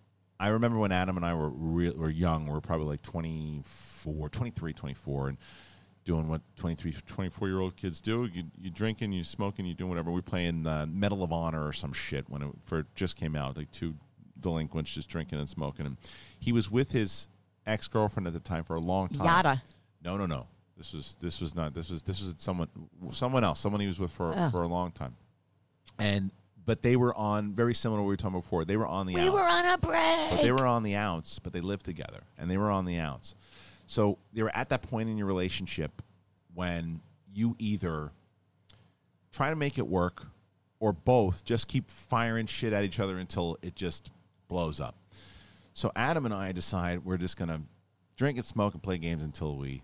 C: I remember when Adam and I were real, were young, we were probably like 24, 23, 24 and doing what 23 24 year old kids do. You you drinking, you smoking, you doing whatever. We playing uh, Medal of Honor or some shit when it for just came out, like two delinquents just drinking and smoking and he was with his ex-girlfriend at the time for a long time.
E: Yada.
C: No, no, no. This was this was not this was this was someone someone else someone he was with for for a long time, and but they were on very similar to what we were talking before. They were on the
E: We
C: outs,
E: were on a
C: but they
E: break.
C: were on the outs, but they lived together and they were on the outs. So they were at that point in your relationship when you either try to make it work or both just keep firing shit at each other until it just blows up. So Adam and I decide we're just going to drink and smoke and play games until we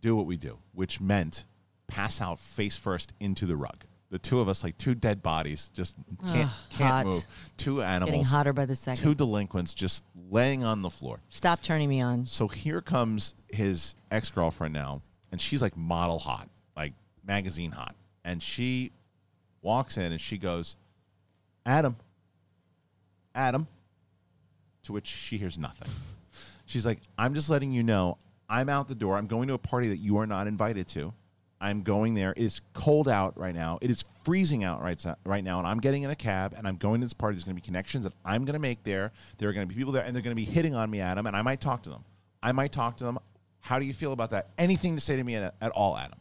C: do what we do, which meant pass out face first into the rug. The two of us, like two dead bodies, just can't,
E: hot.
C: can't move. Two animals,
E: Getting hotter by the second.
C: two delinquents just laying on the floor.
E: Stop turning me on.
C: So here comes his ex girlfriend now, and she's like model hot, like magazine hot. And she walks in and she goes, Adam, Adam, to which she hears nothing. She's like, I'm just letting you know, I'm out the door. I'm going to a party that you are not invited to. I'm going there. It is cold out right now. It is freezing out right, so- right now. And I'm getting in a cab and I'm going to this party. There's going to be connections that I'm going to make there. There are going to be people there and they're going to be hitting on me, Adam. And I might talk to them. I might talk to them. How do you feel about that? Anything to say to me at, at all, Adam?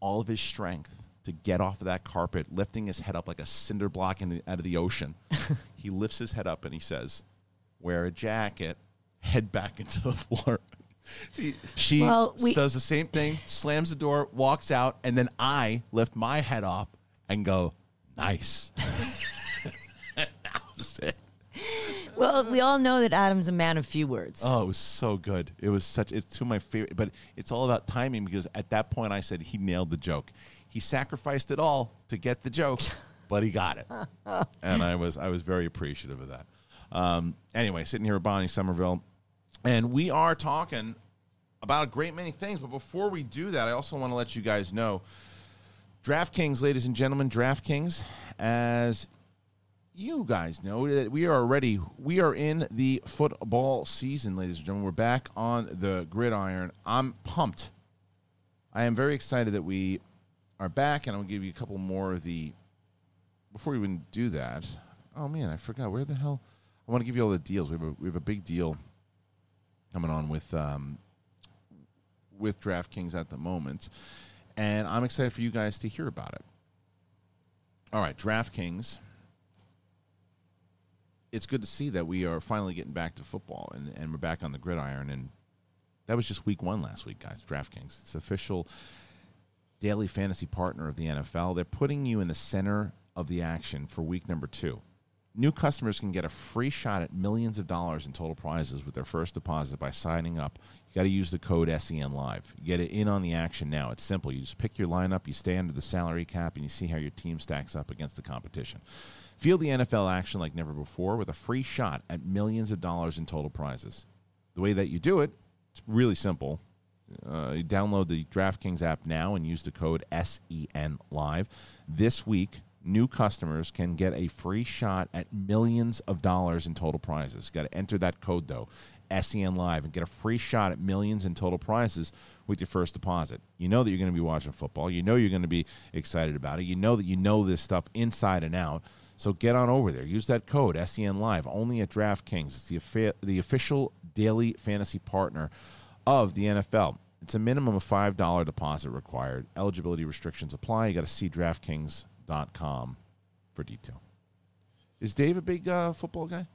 C: all of his strength to get off of that carpet, lifting his head up like a cinder block in the, out of the ocean. he lifts his head up and he says, "Wear a jacket." Head back into the floor. See, she
E: Well, we-
C: does the same thing, slams the door, walks out, and then I lift my head up and go, "Nice." That was it.
E: Well, we all know that Adam's a man of few words.
C: Oh, it was so good. It was such. It's two of my favorite. But it's all about timing because at that point I said he nailed the joke. He sacrificed it all to get the joke, but he got it, and I was I was very appreciative of that. Um, anyway, sitting here with Bonnie Somerville, and we are talking about a great many things. But before we do that, I also want to let you guys know DraftKings, ladies and gentlemen, DraftKings, as you guys know that we are ready. We are in the football season, ladies and gentlemen. We're back on the gridiron. I'm pumped. I am very excited that we are back, and I'll give you a couple more of the. Before we even do that, oh man, I forgot where the hell. I want to give you all the deals. We have a, we have a big deal coming on with um, with DraftKings at the moment, and I'm excited for you guys to hear about it. All right, DraftKings it's good to see that we are finally getting back to football and, and we're back on the gridiron. And that was just week one last week, guys. DraftKings, it's the official daily fantasy partner of the NFL. They're putting you in the center of the action for week number two. New customers can get a free shot at millions of dollars in total prizes with their first deposit by signing up. You got to use the code SEN Live. Get it in on the action now. It's simple. You just pick your lineup, you stay under the salary cap, and you see how your team stacks up against the competition. Feel the NFL action like never before with a free shot at millions of dollars in total prizes. The way that you do it, it's really simple. Uh, you download the DraftKings app now and use the code SEN Live. This week, new customers can get a free shot at millions of dollars in total prizes. Got to enter that code though, SEN Live, and get a free shot at millions in total prizes with your first deposit. You know that you're going to be watching football. You know you're going to be excited about it. You know that you know this stuff inside and out. So get on over there. Use that code SEN Live only at DraftKings. It's the affa- the official daily fantasy partner of the NFL. It's a minimum of five dollar deposit required. Eligibility restrictions apply. You got to see DraftKings.com for detail. Is Dave a big uh, football guy?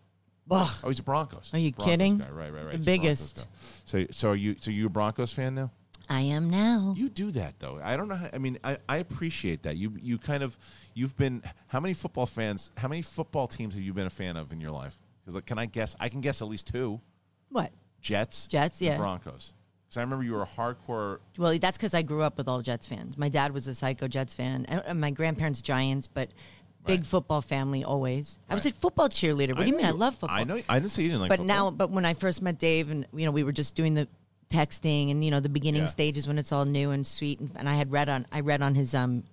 E: Ugh.
C: Oh, he's a Broncos.
E: Are you
C: Broncos
E: kidding?
C: Guy. Right, right, right.
E: The
C: He's a Broncos
E: biggest.
C: guy. So, so are you? So you a Broncos fan now?
E: I am now.
C: You do that though. I don't know. How, I mean, I, I appreciate that. You you kind of you've been. How many football fans? How many football teams have you been a fan of in your life? Because like, can I guess? I can guess at least two.
E: What?
C: Jets.
E: Jets,
C: and
E: yeah.
C: Broncos. Because I remember you were a hardcore.
E: Well, that's because I grew up with all Jets fans. My dad was a psycho Jets fan. and- and my grandparents Giants, but big
C: Right.
E: football family always. I was a
C: Right.
E: football cheerleader. What do you
C: know
E: mean? I love football.
C: I know. I didn't say you didn't like.
E: but
C: football.
E: now, but when I first met Dave, and you know, we were just doing the texting, and you know, the beginning
C: Yeah.
E: stages when it's all new and sweet. And, and I had read on, I read on his um,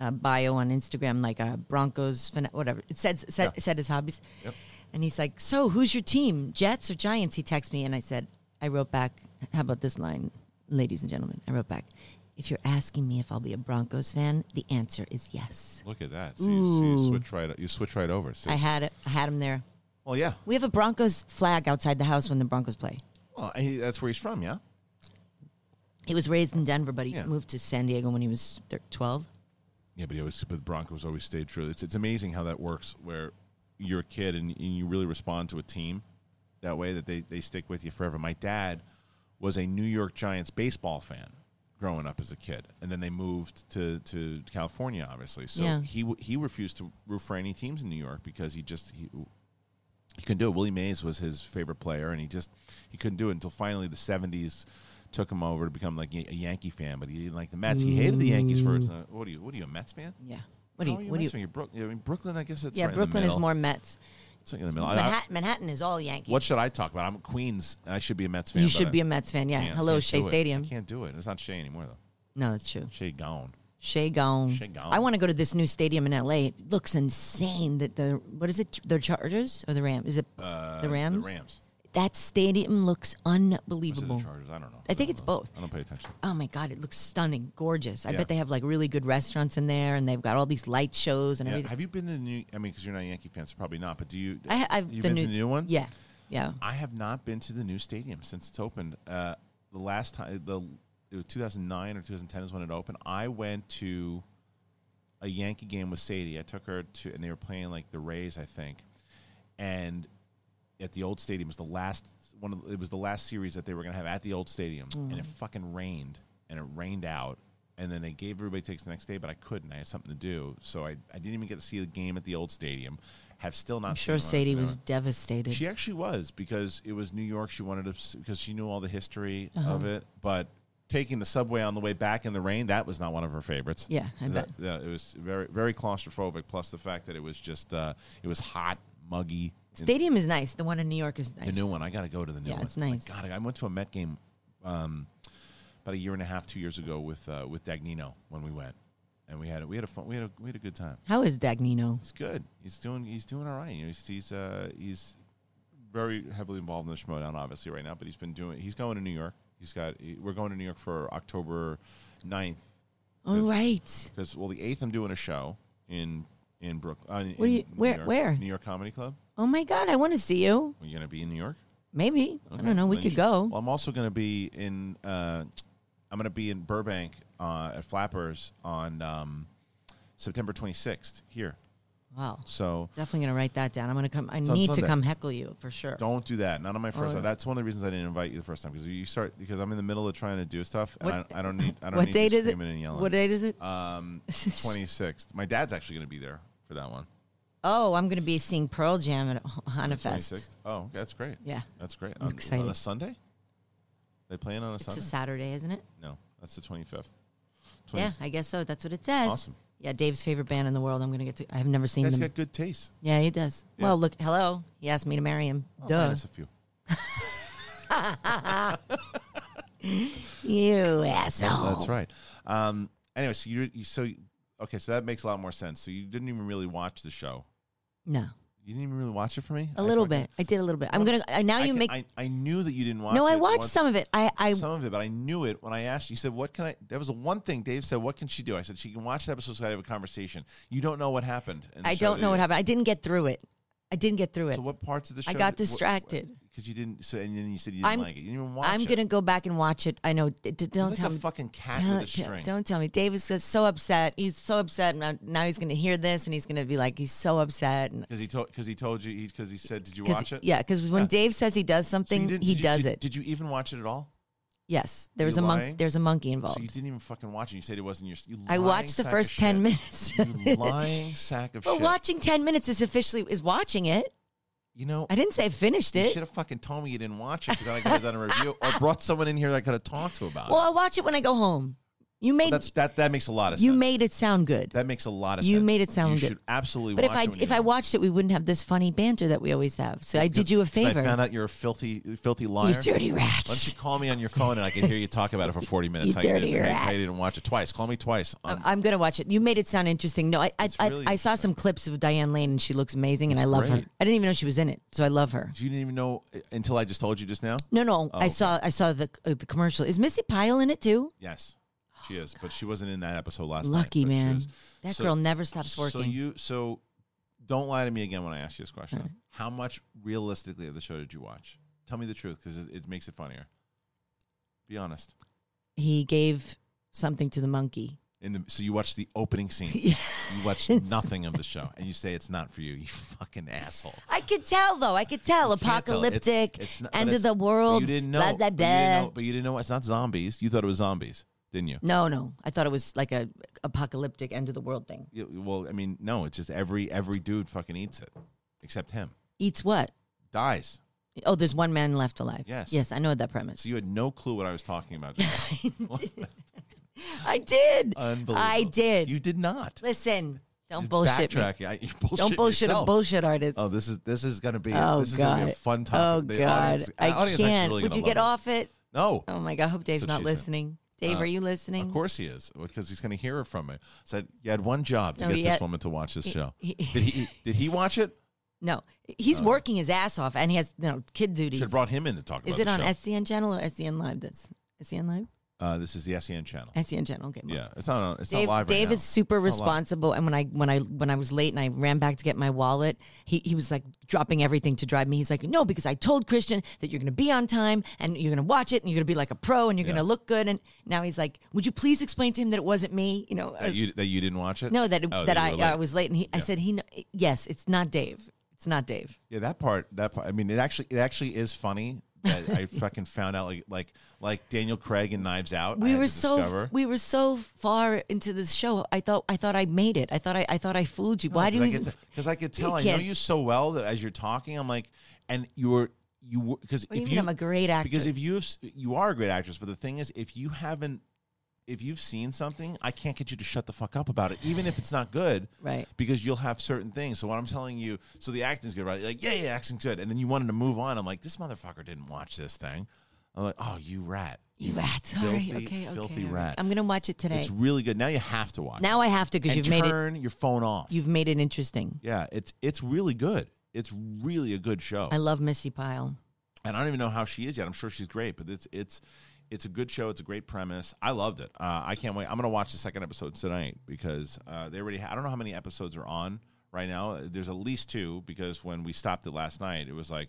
E: uh, bio on Instagram, like uh, Broncos, fan- whatever. It said said,
C: Yeah.
E: said his hobbies, and he's like, "So, who's your team? Jets or Giants?" He texted me, and I said, "I wrote back. How about this line, ladies and gentlemen? I wrote back." If you're asking me if I'll be a Broncos fan, the answer is yes.
C: Look at that. So you, so you switch right. You switch right over. See?
E: I had it. I had him there.
C: well, yeah.
E: We have a Broncos flag outside the house when the Broncos play.
C: Well, he, that's where he's from. Yeah.
E: He was raised in Denver, but he
C: Yeah.
E: moved to San Diego when he was thir- 12.
C: Yeah, but he always, but the Broncos always stayed true. It's it's amazing how that works. Where you're a kid and, and you really respond to a team that way that they they stick with you forever. My dad was a New York Giants baseball fan growing up as a kid, and then they moved to to California, obviously. So
E: Yeah.
C: he w- he refused to root for any teams in New York because he just he he couldn't do it. Willie Mays was his favorite player, and he just he couldn't do it until finally the '70s took him over to become like a Yankee fan. But he didn't like the Mets. He hated the Yankees first. Uh, what are you? What are you a Mets fan?
E: Yeah. Mm. What do you?
C: How are
E: What
C: Mets
E: do you?
C: fan? You're Brook- yeah, I mean, Brooklyn. I guess that's
E: yeah,
C: right in the
E: Brooklyn is
C: middle.
E: more Mets.
C: It's like in the middle. I- I-
E: Manhattan, Manhattan is all Yankees.
C: what should I talk about? I'm Queens. I should be a Mets fan.
E: you
C: but I
E: should be a Mets fan. Yeah.
C: can't-
E: Hello,
C: can't
E: Shea
C: do it.
E: Stadium.
C: I can't do it. It's not Shea anymore though.
E: No, that's true.
C: Shea gone.
E: Shea gone.
C: Shea gone.
E: I want to go to this new stadium in LA. It looks insane. That the what is it? The Chargers or the Rams? Is it the Rams?
C: Uh, The Rams.
E: That stadium looks
C: Is it the
E: unbelievable.
C: Chargers? I don't know.
E: I think
C: don't
E: it's
C: know.
E: both.
C: I don't pay attention.
E: Oh my God, it looks stunning, gorgeous. I
C: Yeah.
E: bet they have like really good restaurants in there, and they've got all these light shows and
C: Yeah,
E: everything.
C: Have you been to the new? I mean, because you're not a Yankee fan, so probably not. But do you?
E: I, ha- I've
C: you've been to the new one.
E: Yeah, yeah.
C: I have not been to the new stadium since it's opened. Uh, the last time, the it was 2009 or 2010 is when it opened. I went to a Yankee game with Sadie. I took her to, and they were playing like the Rays, I think. And at the old stadium it was the last one. Of, the- it was the last series that they were going to have at the old stadium,
E: Mm.
C: and it fucking rained, and it rained out. And then they gave everybody tickets the next day, but I couldn't. I had something to do, so I, I didn't even get to see the game at the old stadium. Have still not.
E: I'm
C: seen
E: sure
C: them on
E: Sadie
C: Cinema.
E: was devastated.
C: She actually was because it was New York. She wanted to s- because she knew all the history
E: Uh-huh.
C: of it. But taking the subway on the way back in the rain, that was not one of her favorites.
E: Yeah, I
C: That-
E: bet.
C: that- it was very very claustrophobic. Plus the fact that it was just uh, it was hot, muggy. and
E: Stadium is nice. The one in New York is nice.
C: the new one, I got to go to the new
E: Yeah,
C: one. Oh
E: it's nice.
C: God, I went to a Met game um, about a year and a half, two years ago with uh, with Dagnino when we went, and we had a, we had a fun, we had a, we had a good time.
E: How is Dagnino?
C: He's good. He's doing. He's doing all right. You know, he's he's uh, he's very heavily involved in the Schmodown, obviously, right now. But he's been doing. He's going to New York. He's got. he- We're going to New York for October 9th
E: All right.
C: because well, the eighth I'm doing a show in in Brooklyn. Uh, in-
E: What do you-
C: in New
E: where-
C: York.
E: where?
C: New York Comedy Club.
E: Oh my God, I want to see you.
C: Are you gonna be in New York?
E: Maybe I don't know. We
C: Then you
E: could
C: should-
E: go.
C: Well, I'm also going to be in. Uh, I'm going to be in Burbank uh, at Flappers on um, September 26th here.
E: wow.
C: So
E: Definitely gonna write that down. I'm gonna come. I
C: on
E: need to
C: Sunday.
E: come heckle you for sure.
C: Don't do that. Not on my first.
E: Oh, yeah.
C: That's one of the reasons I didn't invite you the first time because you start because I'm in the middle of trying to do stuff and
E: What-
C: I, I don't need. I don't
E: what
C: need
E: date
C: you
E: is it?
C: screaming And yelling.
E: What date is it?
C: Um, 26th. My dad's actually going to be there. for that one?
E: Oh, I'm going to be seeing Pearl Jam at Hana Fest.
C: 26th? Oh, okay, that's great.
E: Yeah.
C: That's great.
E: I'm
C: on,
E: excited.
C: on a Sunday? They playing on a
E: It's
C: Sunday?
E: a Saturday, isn't it?
C: no, that's the 25th.
E: Yeah, I guess so. That's what it says.
C: Awesome.
E: Yeah, Dave's favorite band in the world. I'm going to get to. I've never seen
C: That's
E: them.
C: got good taste.
E: yeah, he does.
C: Yeah.
E: Well, look, hello. He asked me to marry him.
C: Oh,
E: Duh.
C: minus a few.
E: You asshole.
C: That's right. Um, anyway, so you, you so okay, so that makes a lot more sense. So you didn't even really watch the show.
E: No,
C: You didn't even really watch it for me.
E: a
C: I
E: little
C: fucking-
E: bit. I did a little bit. I'm gonna. I, now
C: I
E: you
C: can-
E: make.
C: I, I knew that you didn't watch.
E: no, I
C: it
E: watched
C: once-
E: some of it. I. I.
C: some of it, but I knew it when I asked. You said, "What can I?" That was the one thing Dave said. What can she do? I said, "She can watch the episode so I have a conversation." You don't know what happened. in the
E: I
C: show,
E: don't
C: do
E: know what
C: you?
E: happened. I didn't get through it. I didn't get through it.
C: So what parts of the show?
E: I got distracted.
C: because you didn't. So and then you said you didn't
E: I'm-
C: like it. You didn't even watch
E: I'm
C: it.
E: gonna go back and watch it. I know. D- d-
C: You're
E: don't
C: like
E: tell
C: a
E: me.
C: fucking cat with a
E: Don't, t-
C: string.
E: don't tell me. Davis is so upset. He's so upset. Now, now he's going to hear this and he's going to be like, he's so upset. And
C: Because he told because he told you because he, said, "Did you
E: 'cause-
C: watch it?"
E: Yeah, because when
C: Yeah.
E: Dave says he does
C: So you
E: something,
C: didn't-
E: he
C: did you-
E: does
C: did-
E: it.
C: Did you even watch it at all?
E: yes,
C: you
E: there was a
C: lying?
E: monk. There's a monkey
C: So you
E: involved.
C: didn't even fucking watch it. You said it wasn't your. You
E: I
C: lying
E: watched the
C: sack of
E: first ten
C: shit.
E: minutes.
C: You lying sack of
E: but
C: shit.
E: watching ten minutes is officially is watching it.
C: You know,
E: I didn't say I finished
C: You
E: it.
C: should have fucking told me you didn't watch it because I could have done a review or brought someone in here that I could have talked to about
E: Well,
C: it.
E: I watch it when I go home. You made
C: That's that. That makes a lot of
E: you
C: sense.
E: made it sound good.
C: that makes a lot of
E: you
C: sense.
E: made it sound
C: you
E: good.
C: Should absolutely.
E: But if
C: watch
E: I
C: it when
E: if
C: you-
E: I watched it, we wouldn't have this funny banter that we always have. So I did you a
C: 'Cause I found
E: favor.
C: out you're a filthy, filthy
E: You
C: liar.
E: dirty rat.
C: Why don't you call me on your phone and I can hear you talk about it for forty minutes?
E: You
C: how you
E: dirty
C: did, it,
E: rat. Oh,
C: How you didn't watch it twice. Call me twice. Um,
E: I'm gonna watch it. You made it sound interesting. No, I I,
C: It's
E: I,
C: really
E: I saw some clips of Diane Lane, and she looks amazing, and I
C: It's
E: love
C: great.
E: her. I didn't even know she was in it, so I love her.
C: you didn't even know uh, until I just told you just now.
E: No, no, I
C: Oh, okay.
E: saw I saw the uh, the commercial. Is Missy Pyle in it too?
C: Yes, she is, but she wasn't in that episode last night.
E: Lucky
C: but she
E: man,
C: is.
E: that
C: So-
E: girl never stops working.
C: So you so don't lie to me again when I ask you this question. How much realistically of the show did you watch? Tell me the truth because it, it makes it funnier. Be honest.
E: he gave something to the monkey.
C: In the so you watched the opening scene. You watched nothing of the show and you say it's not for you. You fucking asshole.
E: I could tell though. I could tell.
C: Can't tell. It's-
E: Apocalyptic,
C: it's not- but
E: end
C: it's-
E: of the world.
C: You didn't know.
E: Blah, blah,
C: but, you didn't
E: blah.
C: know but you didn't know it's not zombies. You thought it was zombies, didn't you?
E: No, no. I thought it was like a apocalyptic end of the world thing.
C: You- Well, I mean, no. It's just every every dude fucking eats it, except him
E: Eats what?
C: dies.
E: Oh, there's one man left alive.
C: Yes.
E: Yes, I know that premise.
C: So you had no clue what I was talking about. Giselle.
E: I did.
C: Unbelievable.
E: I did.
C: You did not.
E: Listen, don't bullshit me.
C: Backtrack. I- you bullshit
E: Don't bullshit
C: yourself.
E: a bullshit artist.
C: Oh, this is this is gonna be
E: Oh,
C: this is gonna
E: god.
C: be a fun
E: Oh
C: topic. The
E: god.
C: audience-
E: I
C: the audience actually
E: can't.
C: really
E: Would
C: gonna
E: you get
C: love
E: off it?
C: it. No,
E: Oh my god, I hope Dave's
C: what she
E: not
C: said.
E: listening. Dave, are you listening?
C: Uh, of course he is because he's gonna hear it from me. Said you had one job to
E: No,
C: get
E: he
C: this
E: had-
C: woman to watch this show.
E: he-
C: did he did he watch it?
E: No. He's working his ass off and he has you know, kid duties.
C: Uh, Should have brought him in to talk
E: Is
C: about.
E: it
C: the
E: on
C: show.
E: SCN channel or SCN Live this? SCN Live?
C: Uh, this is the SEN channel.
E: SCN channel, okay. well.
C: Yeah, it's not on. It's
E: E Dave,
C: not live. right
E: Dave
C: now.
E: is super
C: It's not live.
E: responsible, and when I when I when I was late and I ran back to get my wallet, he, he was like dropping everything to drive me. He's like, no, because I told Christian that you're gonna be on time and you're gonna watch it and you're gonna be like a pro and you're
C: Yeah.
E: gonna look good. And now he's like, would you please explain to him that it wasn't me? You know, I
C: That
E: was-
C: you, that you didn't watch it?
E: no, that
C: Oh,
E: it- that
C: you
E: I
C: were
E: I
C: late.
E: was late, and he I
C: Yeah.
E: said he kn- yes, it's not Dave, it's not Dave.
C: Yeah, that part. That part. I mean, it actually, it actually is funny that I fucking found out, like, like, like Daniel Craig in Knives Out. I
E: We
C: had
E: were
C: to
E: so
C: discover.
E: we were so far into this show. I thought I thought I made it. I thought I I thought I fooled you. Why do you? even-
C: Because I could tell.
E: You
C: I know
E: can't-
C: you so well that as you're talking, I'm like, and you were, you were, because
E: What do
C: if
E: you mean I'm a great
C: Because if
E: actress?
C: you've, s- you are a great actress, but the thing is, if you haven't. If you've seen something, I can't get you to shut the fuck up about it, even if it's not good,
E: Right.
C: Because you'll have certain things. So what I'm telling you, so the acting's good, right? You're like, yeah, yeah, acting's good, and then you wanted to move on. I'm like, this motherfucker didn't watch this thing. I'm like, oh, you rat.
E: You rat. Sorry.
C: filthy-
E: okay. Okay.
C: filthy
E: all right.
C: rat.
E: I'm gonna watch it today.
C: It's really good. Now you have to watch. it.
E: now I have to because
C: and
E: you've made it.
C: turn your phone off.
E: You've made it interesting.
C: Yeah, it's it's really good. It's really a good show.
E: I love Missy Pyle.
C: and I don't even know how she is yet. I'm sure she's great, but it's it's it's a good show. It's a great premise. I loved it. Uh, I can't wait. I'm gonna watch the second episode tonight because uh, they already. Ha- I don't know how many episodes are on right now. Uh, There's at least two because when we stopped it last night, it was like,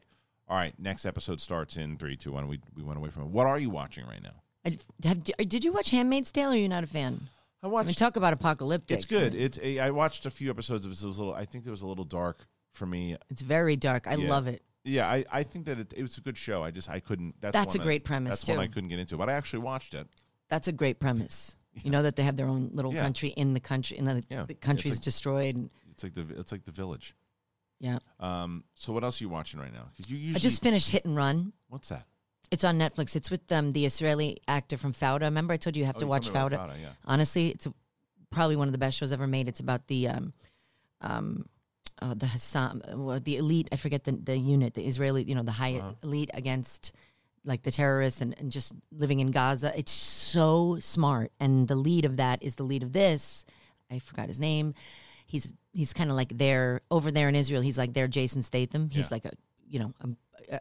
C: all right, next episode starts in three, two, one. We we went away from it. What are you watching right now?
E: I, have, did you watch Handmaid's Tale? or You're not a
C: I
E: fan. I mean,
C: watched.
E: talk about apocalyptic.
C: It's good. It's a, I watched a few episodes of this. It was a little. I think it was a little dark for me.
E: It's very dark. I
C: Yeah.
E: love it.
C: Yeah, I, I think that it, it was a good show. I just I couldn't. That's
E: That's
C: one
E: a
C: I-
E: great premise,
C: That's one
E: too.
C: I couldn't get into, but I actually watched it.
E: That's a great premise. You know that they have their own little
C: Yeah.
E: country in the country, and then
C: Yeah.
E: the
C: It's
E: country's
C: like-
E: destroyed. And
C: It's like the it's like the village.
E: Yeah.
C: Um. So what else are you watching right now? Because you usually
E: I just finished Hit and Run.
C: what's that?
E: It's on Netflix. It's with um, the Israeli actor from Fauda. Remember, I told you you have
C: Oh,
E: to
C: you told
E: watch
C: me about
E: Fauda.
C: Fauda, yeah.
E: Honestly, it's probably one of the best shows ever made. It's about the um, um, uh, the Hassam, uh, well, the elite. I forget the the unit, the Israeli, you know, the high elite against like the terrorists and, and just living in Gaza. It's so smart, and the lead of that is the lead of this. I forgot his name. He's he's kind of like their over there in Israel. He's like their Jason Statham. He's
C: Yeah.
E: like a you know a,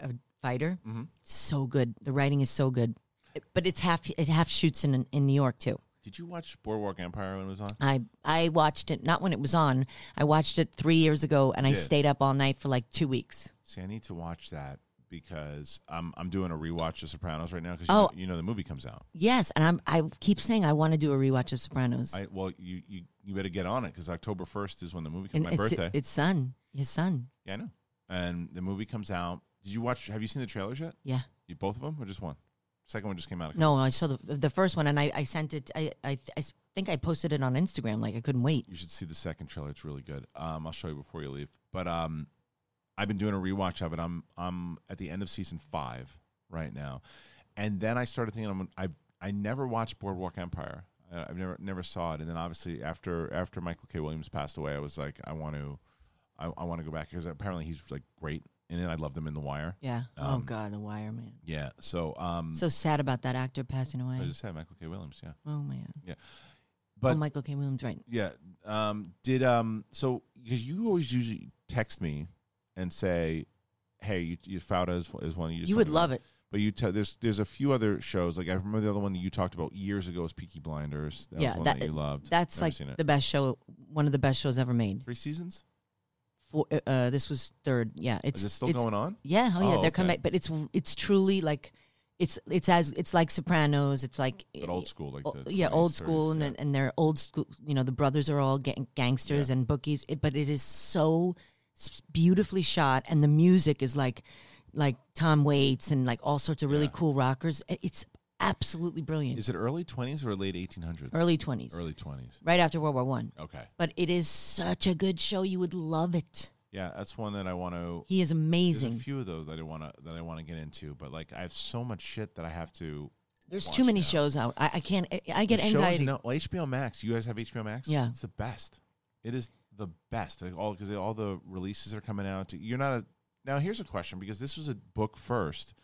E: a fighter. So good. The writing is so good, It- but it's half it half shoots in in New York too.
C: Did you watch Boardwalk Empire when it was on?
E: I I watched it not when it was on. I watched it three years ago, and I
C: Yeah.
E: stayed up all night for like two weeks.
C: See, I need to watch that because I'm I'm doing a rewatch of Sopranos right now because
E: Oh.
C: you, know, you know the movie comes out.
E: Yes, and I'm I keep saying I want to do a rewatch of Sopranos.
C: I well you you, you better get on it because October first is when the movie comes.
E: And
C: My
E: it's,
C: birthday.
E: It's son, his son.
C: yeah, I know. And the movie comes out. Did you watch? Have you seen the trailers yet?
E: Yeah.
C: You both of them or just one? Second one just came out. a
E: No, I saw the the first one, and I I sent it. I I, I s- think I posted it on Instagram. Like I couldn't wait.
C: You should see the second trailer. It's really good. Um, I'll show you before you leave. But um, I've been doing a rewatch of it. I'm I'm at the end of season five right now, and then I started thinking I'm I I never watched Boardwalk Empire. I, I've never never saw it. And then obviously after after Michael K. Williams passed away, I was like I want to I, I want to go back because apparently he's like great in it. I loved him in The Wire.
E: Yeah. oh
C: Um,
E: God, The Wire, man.
C: Yeah. So um,
E: So sad about that actor passing away.
C: I just had Michael K. Williams. Yeah.
E: oh man.
C: But
E: oh, Michael K. Williams, right?
C: Yeah. Um, did um so because you always usually text me and say, "Hey, you, you Fauda is, is one you just
E: You
C: told
E: would
C: me about."
E: love it.
C: But you tell there's there's a few other shows like I remember the other one that you talked about years ago was Peaky Blinders. That
E: Yeah,
C: was one that,
E: that-
C: you loved.
E: That's
C: Never
E: like
C: seen it.
E: the best show. One of the best shows ever made.
C: three seasons.
E: Four, uh, uh, this was third. Yeah. It's
C: Is it still
E: it's-
C: going on?
E: Yeah, oh, yeah,
C: Oh,
E: they're coming
C: okay.
E: back, but it's it's truly like it's it's as it's like Sopranos. It's like
C: But old school, like
E: o-
C: the
E: yeah,
C: 20s,
E: old
C: 30s,
E: school, and
C: yeah.
E: and they're old school. You know, the brothers are all gang- gangsters and bookies, it, but it is so s- beautifully shot, and the music is like like Tom Waits and like all sorts of really
C: Yeah.
E: cool rockers. I- It's absolutely brilliant.
C: Is it early 20s or late 1800s?
E: early twenties,
C: Early 20s.
E: right after World War One.
C: Okay.
E: But it is such a good show; you would love it.
C: Yeah, that's one that I want to
E: He is
C: There's a
E: amazing.
C: few of those that I want to that I want to get into, but like I have so much shit that I have to
E: There's
C: watch
E: too many
C: now.
E: shows out. I, I can't. I, I get
C: The shows
E: anxiety.
C: now- well, HBO Max. You guys have HBO Max?
E: Yeah.
C: it's the best. It is the best. Like, all because all the releases are coming out. You're not a now. Here's a question because this was a book first.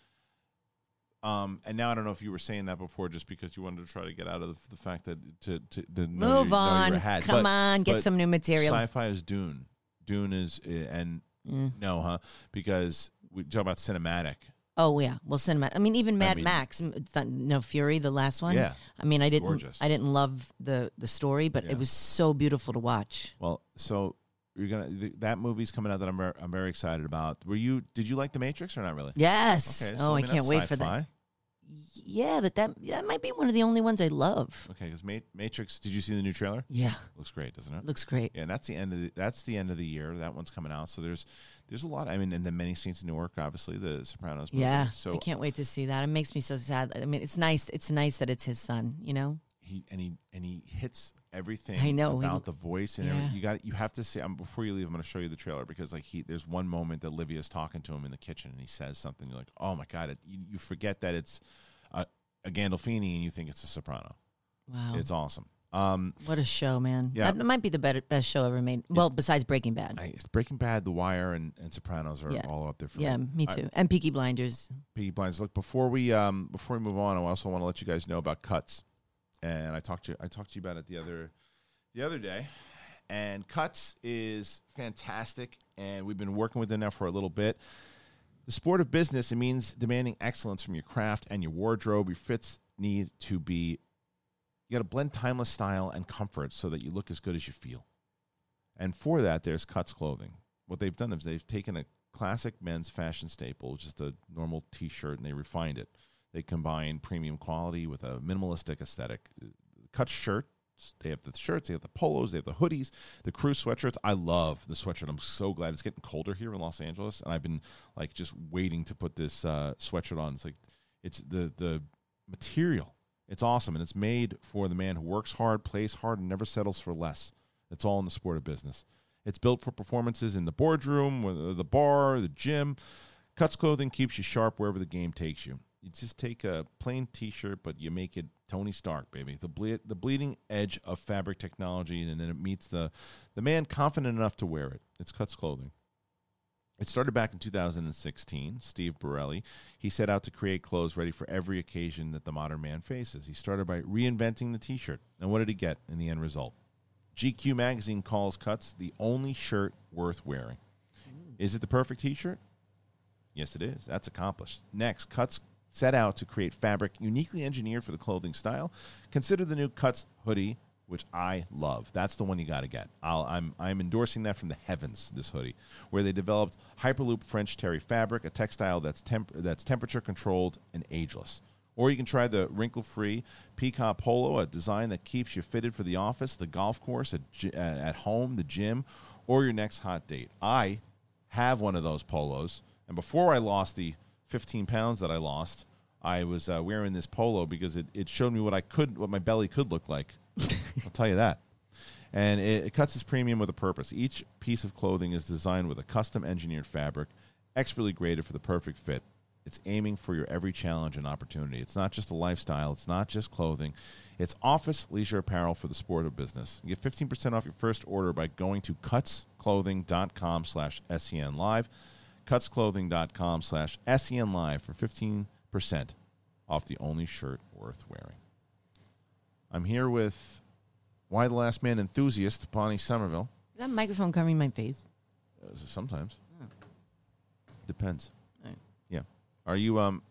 C: Um, and now I don't know if you were saying that before, just because you wanted to try to get out of the fact that to to, to know
E: Move
C: you- know
E: on.
C: you're ahead.
E: Come
C: But-
E: on, get
C: but
E: some new material.
C: Sci-fi is Dune. Dune is uh, and
E: Mm.
C: no, huh? Because we talk about cinematic.
E: oh yeah, well, cinema. I mean, even Mad
C: mean-
E: Max, m- th- No Fury, the last one.
C: Yeah.
E: I mean, I didn't.
C: Gorgeous.
E: I didn't love the the story, but
C: Yeah.
E: it was so beautiful to watch.
C: Well, so you're gonna th- that movie's coming out that I'm ver- I'm very excited about. Were you? Did you like The Matrix or not really?
E: Yes. oh, I,
C: mean,
E: can't
C: that's
E: wait for that.
C: sci-fi.
E: Yeah, but that that might be one of the only ones I love.
C: Okay, because Matrix. Did you see the new trailer?
E: Yeah,
C: Looks great, doesn't it?
E: looks great.
C: Yeah, and that's the end of the, that's the end of the year. That one's coming out. So there's there's a lot. I mean, and the many scenes in Newark, obviously the Sopranos. Movie.
E: Yeah, I
C: So
E: can't wait to see that. It makes me so sad. I mean, it's nice. It's nice that it's his son. You know.
C: he and he and he hits everything.
E: I know, he-
C: about the voice and
E: Yeah.
C: everything. you got you have to see. Um, before you leave, I'm going to show you the trailer because like he there's one moment that Livia's talking to him in the kitchen and he says something. You're like, oh my god, it, you, you forget that it's a, a Gandolfini and you think it's a Soprano.
E: Wow.
C: It's awesome. Um,
E: what a show, man.
C: Yeah.
E: That might be the better, best show ever made. Well, besides Breaking Bad.
C: I, it's Breaking Bad, The Wire, and, and Sopranos are
E: Yeah.
C: all up there for
E: yeah,
C: me.
E: me
C: I-
E: too. and Peaky Blinders.
C: Peaky Blinds. Look, before we um before we move on, I also want to let you guys know about cuts. And I talked to I talked to you about it the other the other day. And cuts is fantastic, and we've been working with them now for a little bit. The sport of business it means demanding excellence from your craft and your wardrobe. Your fits need to be. You got to blend timeless style and comfort so that you look as good as you feel. And for that, there's Cuts Clothing. What they've done is they've taken a classic men's fashion staple, just a normal t shirt, and they refined it. They combine premium quality with a minimalistic aesthetic. Cuts shirts, they have the shirts, they have the polos, they have the hoodies, the crew sweatshirts. I love the sweatshirt. I'm so glad it's getting colder here in Los Angeles, and I've been like just waiting to put this uh, sweatshirt on. It's like, it's the, the material. It's awesome, and it's made for the man who works hard, plays hard, and never settles for less. It's all in the sport of business. It's built for performances in the boardroom, whether the bar, the gym. Cuts clothing keeps you sharp wherever the game takes you. You just take a plain T-shirt, but you make it Tony Stark, baby. The ble- the bleeding edge of fabric technology, and then it meets the the man confident enough to wear it. It's Cuts clothing. It started back in 2016. Steve Borelli, he set out to create clothes ready for every occasion that the modern man faces. He started by reinventing the t-shirt. And what did he get in the end result? GQ magazine calls cuts the only shirt worth wearing. Is it the perfect t-shirt? Yes, it is. That's accomplished. Next, Cuts set out to create fabric uniquely engineered for the clothing style. Consider the new Cuts hoodie, which I love. That's the one you got to get. I'll, I'm I'm endorsing that from the heavens. This hoodie, where they developed hyperloop French terry fabric, a textile that's temp- that's temperature controlled and ageless. Or you can try the wrinkle free Peacock Polo, a design that keeps you fitted for the office, the golf course, at, gy- uh, at home, the gym, or your next hot date. I have one of those polos. And before I lost the 15 pounds that I lost, I was uh, wearing this polo because it, it showed me what I could, what my belly could look like. I'll tell you that. And it, it cuts its premium with a purpose. Each piece of clothing is designed with a custom engineered fabric, expertly graded for the perfect fit. It's aiming for your every challenge and opportunity. It's not just a lifestyle, it's not just clothing. It's office leisure apparel for the sport of business. You get 15% off your first order by going to cutsclothing.com slash SEN Live. Cutsclothing.com slash SEN Live for 15% off the only shirt worth wearing. I'm here with Why the Last Man enthusiast, Bonnie Somerville.
E: Is that microphone covering my face?
C: Uh, Sometimes. Depends.
E: Right.
C: Yeah. Are you um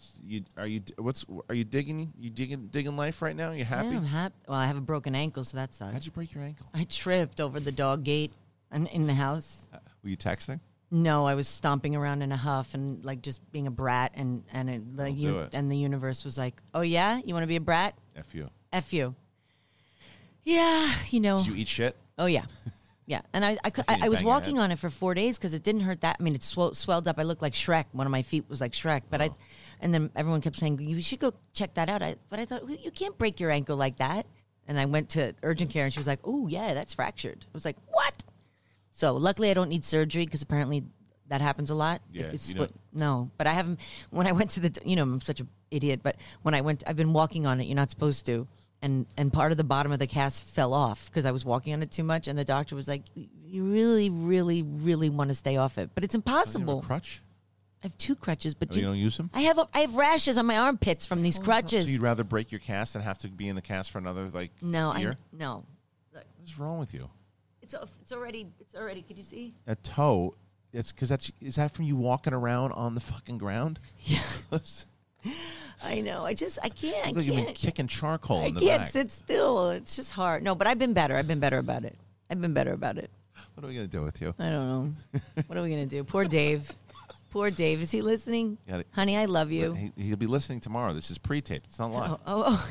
C: s- you are you d- what's are you digging you digging digging life right now? You happy?
E: Yeah, I'm happy. Well, I have a broken ankle, so that sucks.
C: How'd you break your ankle?
E: I tripped over the dog gate and in the house.
C: Uh, were you texting?
E: No, I was stomping around in a huff and like just being a brat, and and it, like
C: Don't
E: you
C: do it.
E: and the universe was like, "Oh yeah, you want to be a brat?
C: F you.
E: F you." Yeah, you know.
C: Did you eat shit?
E: oh yeah, yeah. And I I, cou-
C: Can you
E: I, I was
C: bang your
E: walking
C: head?
E: on it for four days because it didn't hurt that. I mean, it swell, swelled up. I looked like Shrek. One of my feet was like Shrek, but I. And then everyone kept saying, "You should go check that out." I, but I thought "You- you can't break your ankle like that. And I went to urgent care, and she was like, "Oh yeah, that's fractured." I was like, "What?" So luckily, I don't need surgery because apparently that happens a lot. If
C: Yeah,
E: it's
C: you
E: split-
C: don't-
E: no, but I haven't. When I went to the, d- you know, I'm such an idiot. But when I went, I've been walking on it. You're not supposed to. And and part of the bottom of the cast fell off because I was walking on it too much. And the doctor was like, "You really, really, really want to stay off it, but it's
C: You have a
E: impossible."
C: crutch?
E: I have two crutches, but
C: Oh, you don't use them?
E: I have a, I have rashes on my armpits from these crutches.
C: So you'd rather break your cast than have to be in the cast for another like
E: no,
C: year?
E: I no.
C: What's wrong with you?
E: It's it's already it's already. Could you see?
C: A toe. It's because that's is that from you walking around on the fucking ground? Yeah. Looks
E: I know. I just I can't. I
C: like
E: can't.
C: you've been kicking charcoal
E: I
C: in the
E: can't
C: back.
E: sit still. It's just hard. No, but I've been better. I've been better about it. I've been better about it.
C: What are we gonna do with you?
E: I don't know. what are we gonna do? Poor Dave. Poor Dave. Is he listening?
C: Got it.
E: Honey, I love you.
C: He, he'll be listening tomorrow. This is pre-taped. It's not live.
E: Oh, oh,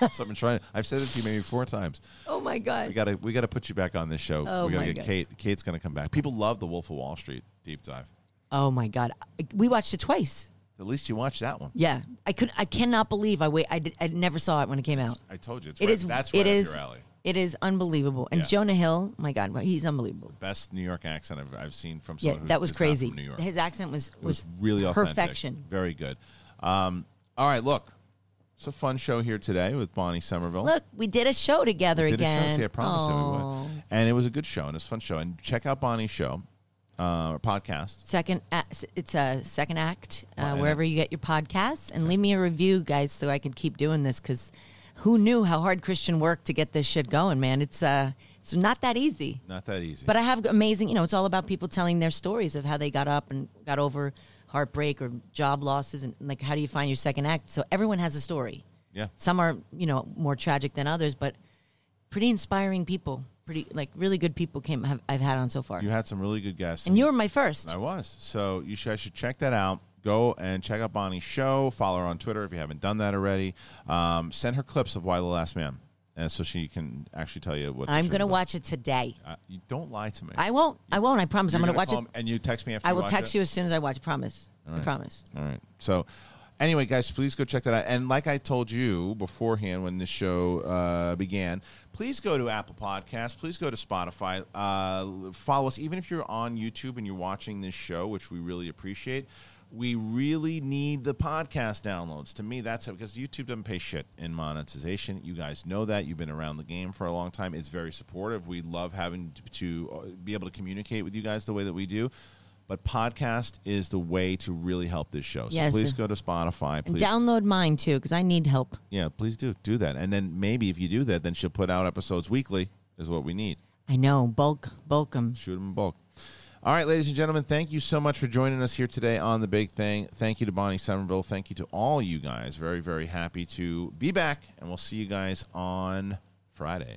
E: oh,
C: So I've been trying. I've said it to you maybe four times.
E: oh my
C: We
E: God.
C: gotta we gotta put you back on this show.
E: Oh
C: we gotta
E: my
C: get
E: God.
C: Kate. Kate's gonna come back. People love the Wolf of Wall Street deep dive.
E: Oh my God. We watched it twice.
C: At least you watched that one.
E: Yeah, I could. I cannot believe I wait. I did, I never saw it when it came out.
C: I told you. It's
E: It
C: right,
E: is.
C: That's right
E: it
C: up
E: is.
C: your alley.
E: It is unbelievable. And
C: Yeah.
E: Jonah Hill. My God, well, he's unbelievable.
C: Best New York accent I've, I've seen from
E: Yeah,
C: someone who
E: that was
C: is not from
E: crazy.
C: New York.
E: His accent was
C: it was,
E: was
C: really authentic.
E: perfection.
C: Very good. Um, all right, look, it's a fun show here today with Bonnie Somerville.
E: Look, we did a show together
C: We did a show,
E: again. Oh.
C: see, I promised that
E: Aw.
C: we would. And it was a good show and it's a fun show. And check out Bonnie's show, uh, or podcast.
E: second a- s- it's a second act uh,
C: Wow.
E: wherever you get your podcasts and leave me a review guys so i can keep doing this because who knew how hard christian worked to get this shit going man it's uh it's not that easy
C: Not that easy.
E: but i have amazing you know it's all about people telling their stories of how they got up and got over heartbreak or job losses and like how do you find your second act so everyone has a story
C: yeah.
E: some are you know more tragic than others but pretty inspiring people pretty like really good people came have, i've had on so far
C: You had some really good guests.
E: and you were my first
C: I was. So you should, I should check that out. Go and check out Bonnie's show. Follow her on Twitter if you haven't done that already. Um, send her clips of Why the Last Man, and so she can actually tell you what. the
E: I'm
C: show's
E: gonna
C: about.
E: watch it today.
C: Uh, you don't lie to me.
E: I won't. I won't. I promise. I'm
C: You're
E: gonna, watch
C: call
E: it.
C: me- And you text me after.
E: I
C: you
E: will
C: watch
E: text
C: it?
E: you as soon as I watch. Promise. I promise.
C: All right. So Anyway, guys, please go check that out. And like I told you beforehand when this show uh, began, please go to Apple Podcasts. Please go to Spotify. Uh, follow us, even if you're on YouTube and you're watching this show, which we really appreciate. We really need the podcast downloads. To me, that's it because YouTube doesn't pay shit in monetization. You guys know that. You've been around the game for a long time. It's very supportive. We love having to- to uh, be able to communicate with you guys the way that we do. But podcast is the way to really help this show. So
E: Yes.
C: please go to Spotify. Please,
E: Download mine too, because I need help.
C: yeah, please do do that. And then maybe if you do that, then she'll put out episodes weekly. Is what we need.
E: I know, bulk, bulk 'em.
C: Shoot them in bulk. All right, ladies and gentlemen, thank you so much for joining us here today on The Big Thing. Thank you to Bonnie Somerville. Thank you to all you guys. Very, very happy to be back, and we'll see you guys on Friday.